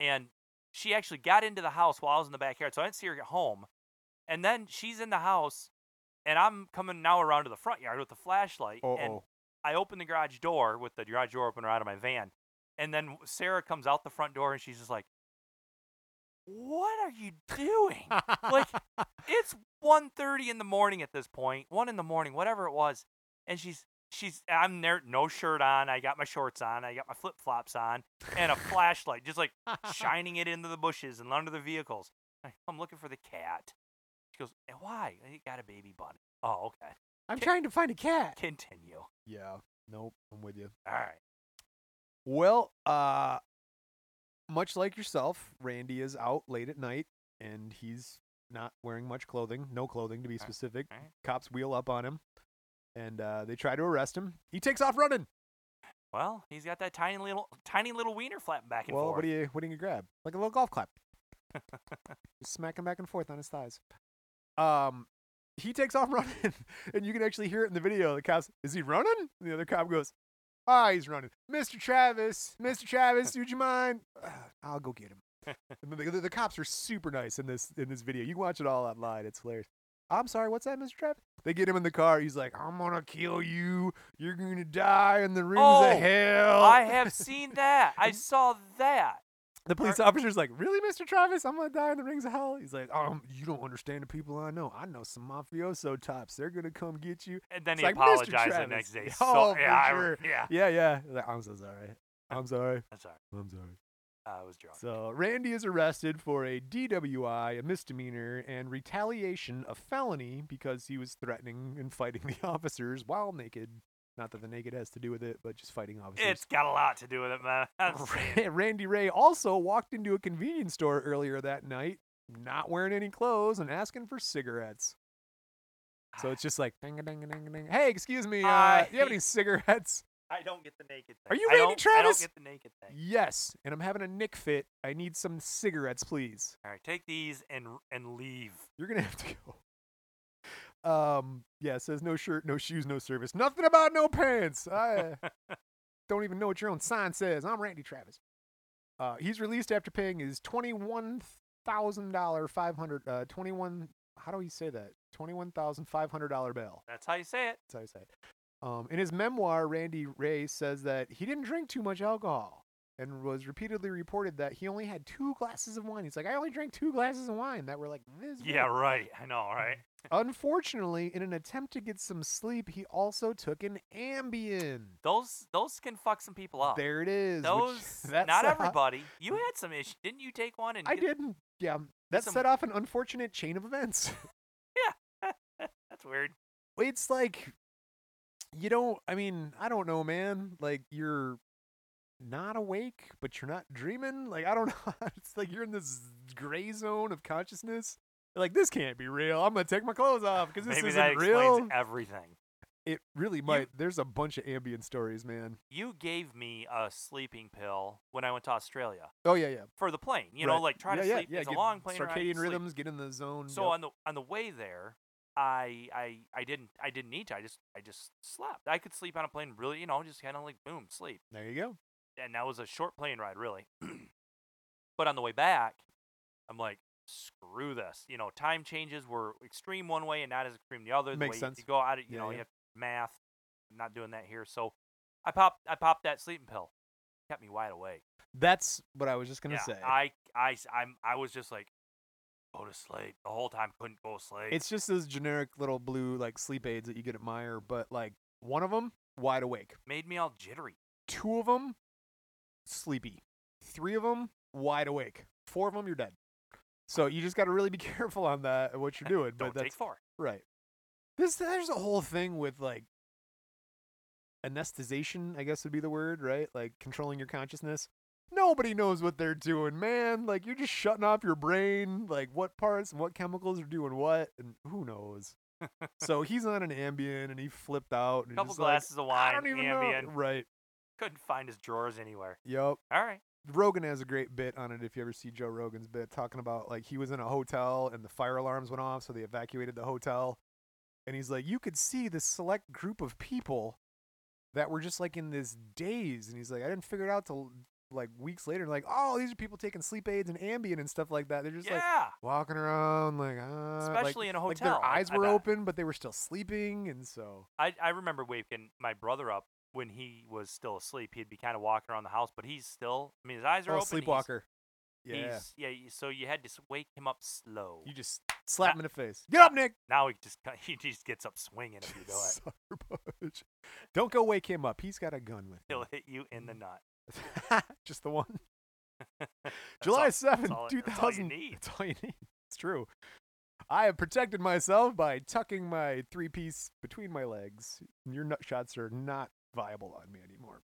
[SPEAKER 2] and she actually got into the house while I was in the backyard, so I didn't see her get home. And then she's in the house, and I'm coming now around to the front yard with the flashlight, and
[SPEAKER 1] Oh,
[SPEAKER 2] I open the garage door with the garage door opener out of my van, and then Sarah comes out the front door, and she's just like, "What are you doing?" like it's 1.30 in the morning at this point one in the morning whatever it was and she's she's i'm there no shirt on i got my shorts on i got my flip-flops on and a flashlight just like shining it into the bushes and under the vehicles I- i'm looking for the cat she goes "Eh, why you got a baby bunny oh okay
[SPEAKER 1] I'm trying to find a cat.
[SPEAKER 2] continue all
[SPEAKER 1] Yeah. Nope. I'm with you.
[SPEAKER 2] right
[SPEAKER 1] Well, uh, much like yourself, Randy is out late at night and he's not wearing much clothing, no clothing to be
[SPEAKER 2] Right,
[SPEAKER 1] specific.
[SPEAKER 2] right.
[SPEAKER 1] Cops wheel up on him and uh, they try to arrest him. He takes off running.
[SPEAKER 2] well he's got that tiny little tiny little wiener flapping back and
[SPEAKER 1] well,
[SPEAKER 2] forth
[SPEAKER 1] what do you what do you grab? Like a little golf clap. Just smack him back and forth on his thighs. Um, he takes off running, and you can actually hear it in the video. The cops, is he running? And the other cop goes, Ah, he's running. Mr. Travis, Mr. Travis, would you mind? "Ah, I'll go get him. And the, the, the cops are super nice in this in this video. You can watch it all online. It's hilarious. I'm sorry, what's that, Mr. Travis? They get him in the car. He's like, I'm gonna kill you. You're gonna die in the rings
[SPEAKER 2] Oh,
[SPEAKER 1] of hell.
[SPEAKER 2] i have seen that i saw that
[SPEAKER 1] The police officer's like, "Really, Mr. Travis? I'm gonna die in the rings of hell." He's like, "Um, you don't understand the people I know. I know some mafioso types. They're gonna come get you."
[SPEAKER 2] and then
[SPEAKER 1] It's
[SPEAKER 2] he
[SPEAKER 1] like, "Mr.
[SPEAKER 2] apologized the
[SPEAKER 1] Travis."
[SPEAKER 2] next day
[SPEAKER 1] Oh,
[SPEAKER 2] so,
[SPEAKER 1] for
[SPEAKER 2] yeah, I re-
[SPEAKER 1] sure.
[SPEAKER 2] yeah
[SPEAKER 1] Yeah, yeah. He's like, I'm so sorry. I'm sorry.
[SPEAKER 2] that's all right
[SPEAKER 1] I'm sorry.
[SPEAKER 2] I Uh, was drunk.
[SPEAKER 1] So Randy is arrested for a DWI, a misdemeanor, and retaliation, a felony, because he was threatening and fighting the officers while naked. Not that the naked has to do with it, but just fighting officers.
[SPEAKER 2] it's got a lot to do with it, man. I'm saying.
[SPEAKER 1] Ra- Randy Ray also walked into a convenience store earlier that night, not wearing any clothes and asking for cigarettes. So it's just like, ding, ding, ding, ding. hey, excuse me, uh,
[SPEAKER 2] I
[SPEAKER 1] do you have any
[SPEAKER 2] hate-
[SPEAKER 1] cigarettes?
[SPEAKER 2] I don't get the naked thing.
[SPEAKER 1] Are you
[SPEAKER 2] I
[SPEAKER 1] Randy
[SPEAKER 2] don't-
[SPEAKER 1] Travis?
[SPEAKER 2] I don't get the naked thing.
[SPEAKER 1] Yes, and I'm having a Nick fit. I need some cigarettes, please.
[SPEAKER 2] All right, take these and r- and leave.
[SPEAKER 1] You're gonna have to go. Um, yeah, it says no shirt, no shoes, no service. Nothing about no pants. I uh, don't even know what your own sign says. I'm Randy Travis. Uh, he's released after paying his twenty-one thousand dollar five hundred uh twenty-one. How do you say that? Twenty-one thousand five hundred dollar bail.
[SPEAKER 2] That's how you say it.
[SPEAKER 1] That's how you say it. Um, in his memoir, Randy Ray says that he didn't drink too much alcohol and was repeatedly reported that he only had two glasses of wine. He's like, I only drank two glasses of wine that were like this. big."
[SPEAKER 2] Yeah, right. I know, right?
[SPEAKER 1] Unfortunately, in an attempt to get some sleep, he also took an Ambien.
[SPEAKER 2] Those those can fuck some people up.
[SPEAKER 1] There it is. which-
[SPEAKER 2] Those
[SPEAKER 1] that
[SPEAKER 2] not
[SPEAKER 1] set off-
[SPEAKER 2] everybody. You had some issue, didn't you? Take one and
[SPEAKER 1] I
[SPEAKER 2] get-
[SPEAKER 1] didn't. Yeah, that
[SPEAKER 2] some-
[SPEAKER 1] set off an unfortunate chain of events.
[SPEAKER 2] That's weird.
[SPEAKER 1] it's like you don't. I mean, I don't know, man. Like you're not awake, but you're not dreaming. Like I don't know. it's like you're in this gray zone of consciousness. You're like this can't be real. I'm gonna take my clothes off because this
[SPEAKER 2] Maybe
[SPEAKER 1] isn't
[SPEAKER 2] that explains
[SPEAKER 1] real.
[SPEAKER 2] everything.
[SPEAKER 1] It really might. There's a bunch of Ambien stories, man.
[SPEAKER 2] You gave me a sleeping pill when I went to Australia
[SPEAKER 1] Oh yeah, yeah.
[SPEAKER 2] for the plane. You know,
[SPEAKER 1] Right.
[SPEAKER 2] like try
[SPEAKER 1] yeah,
[SPEAKER 2] to
[SPEAKER 1] yeah,
[SPEAKER 2] sleep.
[SPEAKER 1] Yeah,
[SPEAKER 2] it's a
[SPEAKER 1] get
[SPEAKER 2] long plane ride.
[SPEAKER 1] Circadian
[SPEAKER 2] sleep.
[SPEAKER 1] rhythms, get in the zone.
[SPEAKER 2] So
[SPEAKER 1] yep.
[SPEAKER 2] on the on the way there, I I I didn't I didn't need to. I just I just slept. I could sleep on a plane really, you know, just kind of like boom, sleep.
[SPEAKER 1] there you go.
[SPEAKER 2] And that was a short plane ride, really. but on the way back, I'm like, screw this. You know, time changes were extreme one way and not as extreme the other.
[SPEAKER 1] Makes
[SPEAKER 2] the way
[SPEAKER 1] sense.
[SPEAKER 2] You go out, you
[SPEAKER 1] Yeah,
[SPEAKER 2] know,
[SPEAKER 1] yeah.
[SPEAKER 2] you have math. I'm not doing that here. So I popped I popped that sleeping pill. Kept me wide awake.
[SPEAKER 1] That's what I was just gonna
[SPEAKER 2] yeah,
[SPEAKER 1] say.
[SPEAKER 2] I I s- I'm I was just like, go to sleep the whole time. Couldn't go to sleep.
[SPEAKER 1] it's just those generic little blue like sleep aids that you get at Meyer, but like one of them wide awake,
[SPEAKER 2] made me all jittery.
[SPEAKER 1] two of them sleepy, three of them wide awake, four of them you're dead. So you just got to really be careful on that and what you're doing.
[SPEAKER 2] Don't
[SPEAKER 1] but that's
[SPEAKER 2] take four.
[SPEAKER 1] Right. This there's a whole thing with like anesthetization, I guess would be the word, right? Like controlling your consciousness. Nobody knows what they're doing, man. Like you're just shutting off your brain, like what parts and what chemicals are doing what, and who knows. so he's on an Ambien and he flipped out. And he's
[SPEAKER 2] Couple
[SPEAKER 1] just like,
[SPEAKER 2] glasses of wine,
[SPEAKER 1] I don't even know.
[SPEAKER 2] Ambien.
[SPEAKER 1] Right.
[SPEAKER 2] Couldn't find his drawers anywhere.
[SPEAKER 1] Yep.
[SPEAKER 2] All right.
[SPEAKER 1] Rogan has a great bit on it. If you ever see Joe Rogan's bit, talking about like he was in a hotel and the fire alarms went off, so they evacuated the hotel. And he's like, you could see this select group of people that were just like in this daze. And he's like, I didn't figure it out till like weeks later. Like, oh, these are people taking sleep aids and Ambien and stuff like that. They're just like
[SPEAKER 2] yeah,
[SPEAKER 1] walking around, like, uh, like-
[SPEAKER 2] especially in a hotel.
[SPEAKER 1] like their eyes
[SPEAKER 2] I
[SPEAKER 1] were
[SPEAKER 2] bet.
[SPEAKER 1] open, but they were still sleeping. And so,
[SPEAKER 2] I, I remember waking my brother up when he was still asleep. He'd be kind of walking around the house, but he's still. I mean, his eyes are
[SPEAKER 1] oh,
[SPEAKER 2] open.
[SPEAKER 1] sleepwalker.
[SPEAKER 2] He's,
[SPEAKER 1] yeah.
[SPEAKER 2] He's, uh, yeah. you- So you had to s- wake him up slow.
[SPEAKER 1] You just slap him in the face. Get up, Nick.
[SPEAKER 2] now he just ki- he just gets up swinging if you do it.
[SPEAKER 1] Sarbush. Don't go wake him up. He's got a gun with him.
[SPEAKER 2] He'll hit you in the
[SPEAKER 1] Mm-hmm.
[SPEAKER 2] nut.
[SPEAKER 1] Just the one.
[SPEAKER 2] That's
[SPEAKER 1] July
[SPEAKER 2] all-
[SPEAKER 1] 7th,
[SPEAKER 2] all- that's all you
[SPEAKER 1] 2000.
[SPEAKER 2] need.
[SPEAKER 1] That's all you need. It's true. I have protected myself by tucking my three piece between my legs. Your nut shots are not viable on me anymore.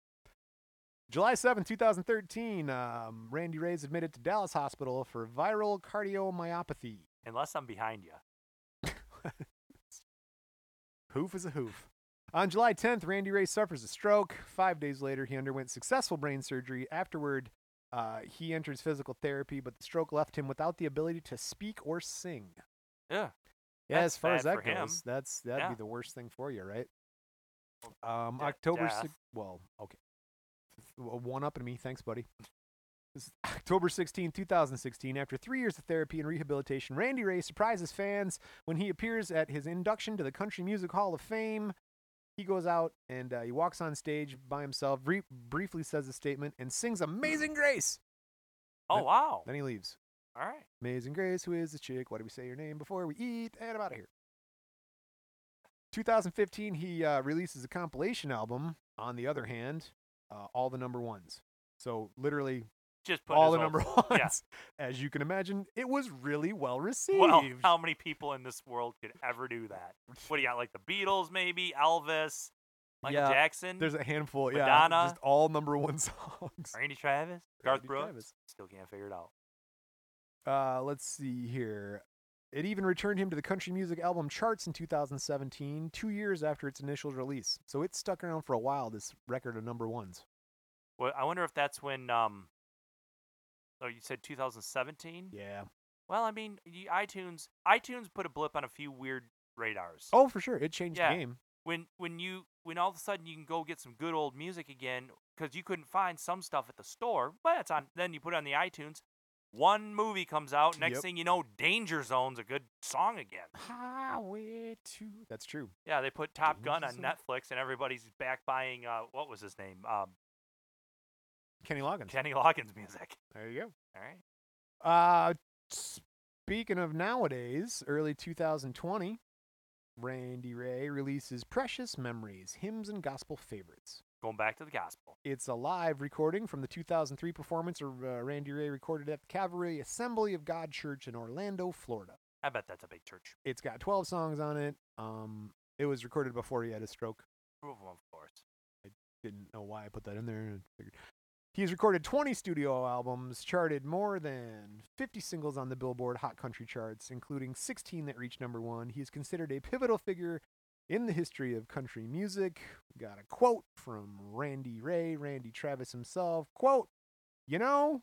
[SPEAKER 1] July seventh, two 2013, um, Randy Rays admitted to Dallas Hospital for viral cardiomyopathy.
[SPEAKER 2] Unless I'm behind you.
[SPEAKER 1] Hoof is a hoof. On July 10th, Randy Ray suffers a stroke. Five days later, he underwent successful brain surgery. Afterward, uh, he enters physical therapy, but the stroke left him without the ability to speak or sing.
[SPEAKER 2] Yeah.
[SPEAKER 1] Yeah,
[SPEAKER 2] That's
[SPEAKER 1] as far as
[SPEAKER 2] bad
[SPEAKER 1] that
[SPEAKER 2] for him.
[SPEAKER 1] goes, that's that'd
[SPEAKER 2] Yeah. Oh,
[SPEAKER 1] be the worst thing for you, right? Um,
[SPEAKER 2] de-
[SPEAKER 1] October
[SPEAKER 2] death.
[SPEAKER 1] six. Well, okay. W- One up in me, thanks, buddy. This is October 16, 2016. After three years of therapy and rehabilitation, Randy Ray surprises fans when he appears at his induction to the Country Music Hall of Fame. He goes out and uh, he walks on stage by himself, brie- briefly says a statement, and sings "Amazing Grace."
[SPEAKER 2] Oh
[SPEAKER 1] Then-
[SPEAKER 2] wow.
[SPEAKER 1] Then he leaves.
[SPEAKER 2] All right.
[SPEAKER 1] Amazing Grace, who is the chick? Why do we say your name before we eat? And I'm out of here. 2015, he uh, releases a compilation album. On the other hand, uh, all the number ones. So literally
[SPEAKER 2] Just put
[SPEAKER 1] all
[SPEAKER 2] his
[SPEAKER 1] the
[SPEAKER 2] own-
[SPEAKER 1] number
[SPEAKER 2] yeah.
[SPEAKER 1] ones. As you can imagine, it was really well received.
[SPEAKER 2] Well, how many people in this world could ever do that? What do you got? Like the Beatles, maybe Elvis, Michael
[SPEAKER 1] Yeah,
[SPEAKER 2] Jackson,
[SPEAKER 1] There's a handful, yeah,
[SPEAKER 2] Madonna.
[SPEAKER 1] just all number one songs.
[SPEAKER 2] Randy Travis, Garth
[SPEAKER 1] Randy
[SPEAKER 2] Brooks.
[SPEAKER 1] Travis.
[SPEAKER 2] Still can't figure it out.
[SPEAKER 1] Uh, let's see here. It even returned him to the country music album charts in 2017, two years after its initial release. So it stuck around for a while, this record of number ones.
[SPEAKER 2] Well, I wonder if that's when. Um, oh, you said 2017.
[SPEAKER 1] Yeah.
[SPEAKER 2] Well, I mean, y- iTunes. iTunes put a blip on a few weird radars.
[SPEAKER 1] Oh, for sure. It changed
[SPEAKER 2] Yeah.
[SPEAKER 1] the game.
[SPEAKER 2] When when you when all of a sudden you can go get some good old music again because you couldn't find some stuff at the store, but it's on. Then you put it on the iTunes. One movie comes out. Next
[SPEAKER 1] Yep.
[SPEAKER 2] thing you know, Danger Zone's a good song again.
[SPEAKER 1] Highway to. That's true.
[SPEAKER 2] Yeah, they put Top Gun on
[SPEAKER 1] Danger
[SPEAKER 2] Netflix, and everybody's back buying uh, what was his name? Um,
[SPEAKER 1] Kenny Loggins.
[SPEAKER 2] Kenny Loggins music.
[SPEAKER 1] There you
[SPEAKER 2] All right.
[SPEAKER 1] go. Uh, speaking of nowadays, early 2020, Randy Ray releases Precious Memories, Hymns and Gospel Favorites.
[SPEAKER 2] Going back to the gospel.
[SPEAKER 1] It's a live recording from the 2003 performance of uh, Randy Ray recorded at the Calvary Assembly of God Church in Orlando, Florida.
[SPEAKER 2] I bet that's a big church.
[SPEAKER 1] It's got 12 songs on it. Um, it was recorded before he had a stroke.
[SPEAKER 2] Prove 'em, of course.
[SPEAKER 1] Didn't know why I put that in there. and Figured. He's recorded 20 studio albums, charted more than 50 singles on the Billboard Hot Country charts, including 16 that reached number one. He is considered a pivotal figure in the history of country music. We got a quote from Randy Ray, Randy Travis himself. Quote, you know,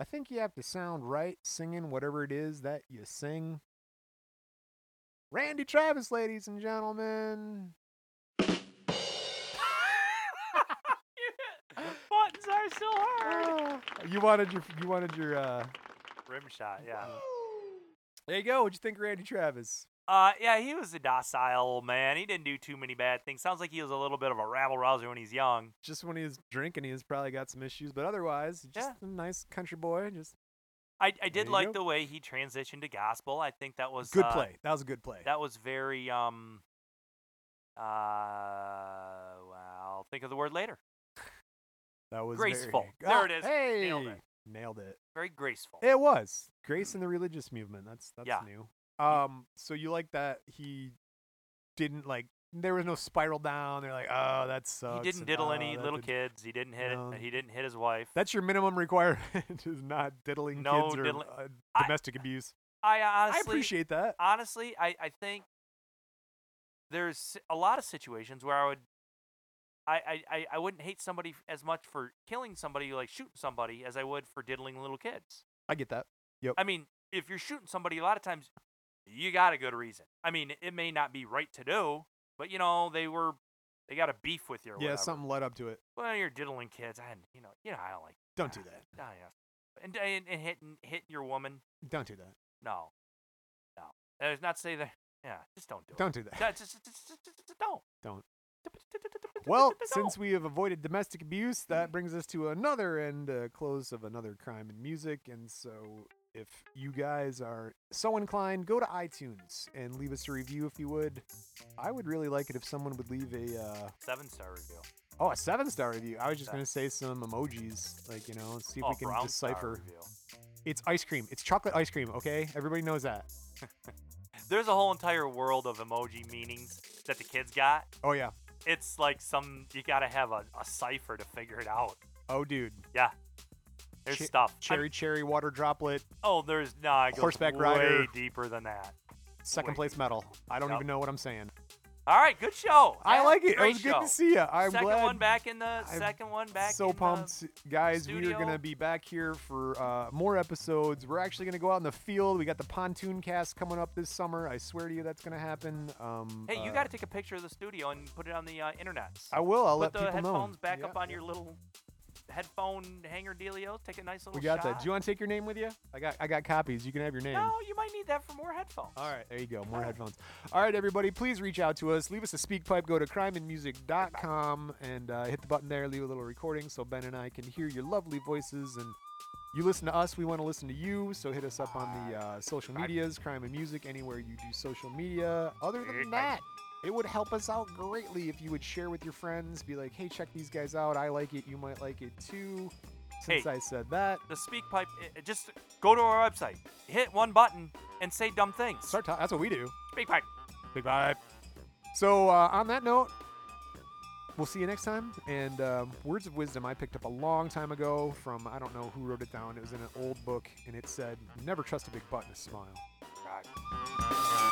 [SPEAKER 1] I think you have to sound right singing whatever it is that you sing. Randy Travis, ladies and gentlemen.
[SPEAKER 2] Buttons are still hard.
[SPEAKER 1] You wanted your you wanted your uh
[SPEAKER 2] Rim shot, yeah.
[SPEAKER 1] There you go. What'd you think, of Randy Travis?
[SPEAKER 2] Uh, yeah, he was a docile old man. He didn't do too many bad things. Sounds like he was a little bit of a rabble rouser when he's young.
[SPEAKER 1] Just when he's drinking, he's probably got some issues, but otherwise, he's just a nice country boy. Just
[SPEAKER 2] I, I
[SPEAKER 1] There
[SPEAKER 2] did
[SPEAKER 1] you
[SPEAKER 2] like
[SPEAKER 1] go.
[SPEAKER 2] the way he transitioned to gospel. I think that was
[SPEAKER 1] good
[SPEAKER 2] uh,
[SPEAKER 1] play. That was a good play.
[SPEAKER 2] That was very um. Uh, well, I'll think of the word later.
[SPEAKER 1] That was
[SPEAKER 2] graceful.
[SPEAKER 1] Very,
[SPEAKER 2] There
[SPEAKER 1] Ah,
[SPEAKER 2] it is.
[SPEAKER 1] Hey,
[SPEAKER 2] Nailed it.
[SPEAKER 1] Nailed it.
[SPEAKER 2] Very graceful.
[SPEAKER 1] It was grace in the religious movement. That's that's
[SPEAKER 2] Yeah. Mm.
[SPEAKER 1] new. Um, so you like that he didn't like. There was no spiral down. They're like, oh, that sucks.
[SPEAKER 2] he didn't
[SPEAKER 1] and,
[SPEAKER 2] diddle
[SPEAKER 1] "Oh,
[SPEAKER 2] any
[SPEAKER 1] that
[SPEAKER 2] little
[SPEAKER 1] did-"
[SPEAKER 2] kids. He didn't hit.
[SPEAKER 1] No.
[SPEAKER 2] It, he didn't hit his wife.
[SPEAKER 1] That's your minimum requirement is not diddling
[SPEAKER 2] No
[SPEAKER 1] kids or
[SPEAKER 2] diddling-
[SPEAKER 1] uh,
[SPEAKER 2] I-
[SPEAKER 1] domestic abuse.
[SPEAKER 2] I honestly,
[SPEAKER 1] I appreciate that.
[SPEAKER 2] honestly, I, I think there's si- a lot of situations where I would, I, I- I, I wouldn't hate somebody f- as much for killing somebody, like shooting somebody, as I would for diddling little kids.
[SPEAKER 1] I get that.
[SPEAKER 2] I mean, if you're shooting somebody, a lot of times you got a good reason. I mean, it may not be right to do, but you know, they were They got a beef with you or
[SPEAKER 1] yeah,
[SPEAKER 2] whatever.
[SPEAKER 1] something led up to it.
[SPEAKER 2] Well, you're diddling kids. I, you know, you know, I don't like.
[SPEAKER 1] Don't do that.
[SPEAKER 2] Oh, yeah. And, and and hitting hitting your woman.
[SPEAKER 1] Don't do that.
[SPEAKER 2] No, no. There's not say that. Yeah, just don't do
[SPEAKER 1] Don't do
[SPEAKER 2] it.
[SPEAKER 1] that.
[SPEAKER 2] Don't. Just, just, just, just, just, just don't.
[SPEAKER 1] Don't.
[SPEAKER 2] Don't.
[SPEAKER 1] Well, since we have avoided domestic abuse, that
[SPEAKER 2] Mm-hmm.
[SPEAKER 1] brings us to another and uh, close of another crime in music. And so, if you guys are so inclined, go to iTunes and leave us a review if you would. I would really like it if someone would leave a uh,
[SPEAKER 2] seven star review.
[SPEAKER 1] oh a seven star review. I was just
[SPEAKER 2] Okay.
[SPEAKER 1] gonna say some emojis, like you know, see if
[SPEAKER 2] oh,
[SPEAKER 1] we can
[SPEAKER 2] brown star
[SPEAKER 1] decipher.
[SPEAKER 2] review.
[SPEAKER 1] It's ice cream. It's chocolate ice cream. Okay, everybody knows that.
[SPEAKER 2] There's a whole entire world of emoji meanings that the kids got.
[SPEAKER 1] Oh yeah.
[SPEAKER 2] It's like some you gotta have a, a cipher to figure it out.
[SPEAKER 1] Oh dude.
[SPEAKER 2] Yeah. There's
[SPEAKER 1] Che-
[SPEAKER 2] stuff. I'm-
[SPEAKER 1] Cherry cherry water droplet.
[SPEAKER 2] oh, there's nah. It goes
[SPEAKER 1] Horseback
[SPEAKER 2] way
[SPEAKER 1] rider.
[SPEAKER 2] deeper than that.
[SPEAKER 1] Second
[SPEAKER 2] Wait.
[SPEAKER 1] place medal. I don't
[SPEAKER 2] Yep.
[SPEAKER 1] even know what I'm saying.
[SPEAKER 2] All right, good show.
[SPEAKER 1] I
[SPEAKER 2] Yeah,
[SPEAKER 1] like it. It
[SPEAKER 2] great
[SPEAKER 1] was
[SPEAKER 2] show.
[SPEAKER 1] good to see you. I'm
[SPEAKER 2] second
[SPEAKER 1] glad.
[SPEAKER 2] one back in the
[SPEAKER 1] I'm
[SPEAKER 2] second one back.
[SPEAKER 1] so
[SPEAKER 2] in uh,
[SPEAKER 1] pumped, guys! We are
[SPEAKER 2] studio.
[SPEAKER 1] gonna be back here for uh, more episodes. We're actually gonna go out in the field. We got the pontoon cast coming up this summer. I swear to you, that's gonna happen. Um,
[SPEAKER 2] The, hey, you
[SPEAKER 1] uh,
[SPEAKER 2] got to take a picture of the studio and put it on the uh, internet.
[SPEAKER 1] I will. I'll
[SPEAKER 2] Put
[SPEAKER 1] let
[SPEAKER 2] the
[SPEAKER 1] people know.
[SPEAKER 2] headphones back
[SPEAKER 1] Yeah.
[SPEAKER 2] up on your little headphone hanger dealio. Take a nice little.
[SPEAKER 1] We got
[SPEAKER 2] shot.
[SPEAKER 1] that. Do you want to take your name with you? I got. I got copies. You can have your name.
[SPEAKER 2] No, you might need that for more headphones.
[SPEAKER 1] All right, there you go. More headphones. All right, everybody, please reach out to us. Leave us a speak pipe. Go to crimeandmusic.com and uh, hit the button there. Leave a little recording so Ben and I can hear your lovely voices. And you listen to us, we want to listen to you. So hit us up on the uh, social medias, Crime and Music, anywhere you do social media. Other than that, it would help us out greatly if you would share with your friends. Be like, hey, check these guys out. I like it. You might like it too. Since
[SPEAKER 2] Hey.
[SPEAKER 1] I said that,
[SPEAKER 2] The speak pipe. i- just go to our website, hit one button, and say dumb things.
[SPEAKER 1] start talking. That's what we do.
[SPEAKER 2] Speak pipe.
[SPEAKER 1] Big vibe. So uh, on that note, we'll see you next time. And um, words of wisdom I picked up a long time ago from I don't know who wrote it down. It was in an old book, and it said, "Never trust a big butt and a smile."
[SPEAKER 2] Right.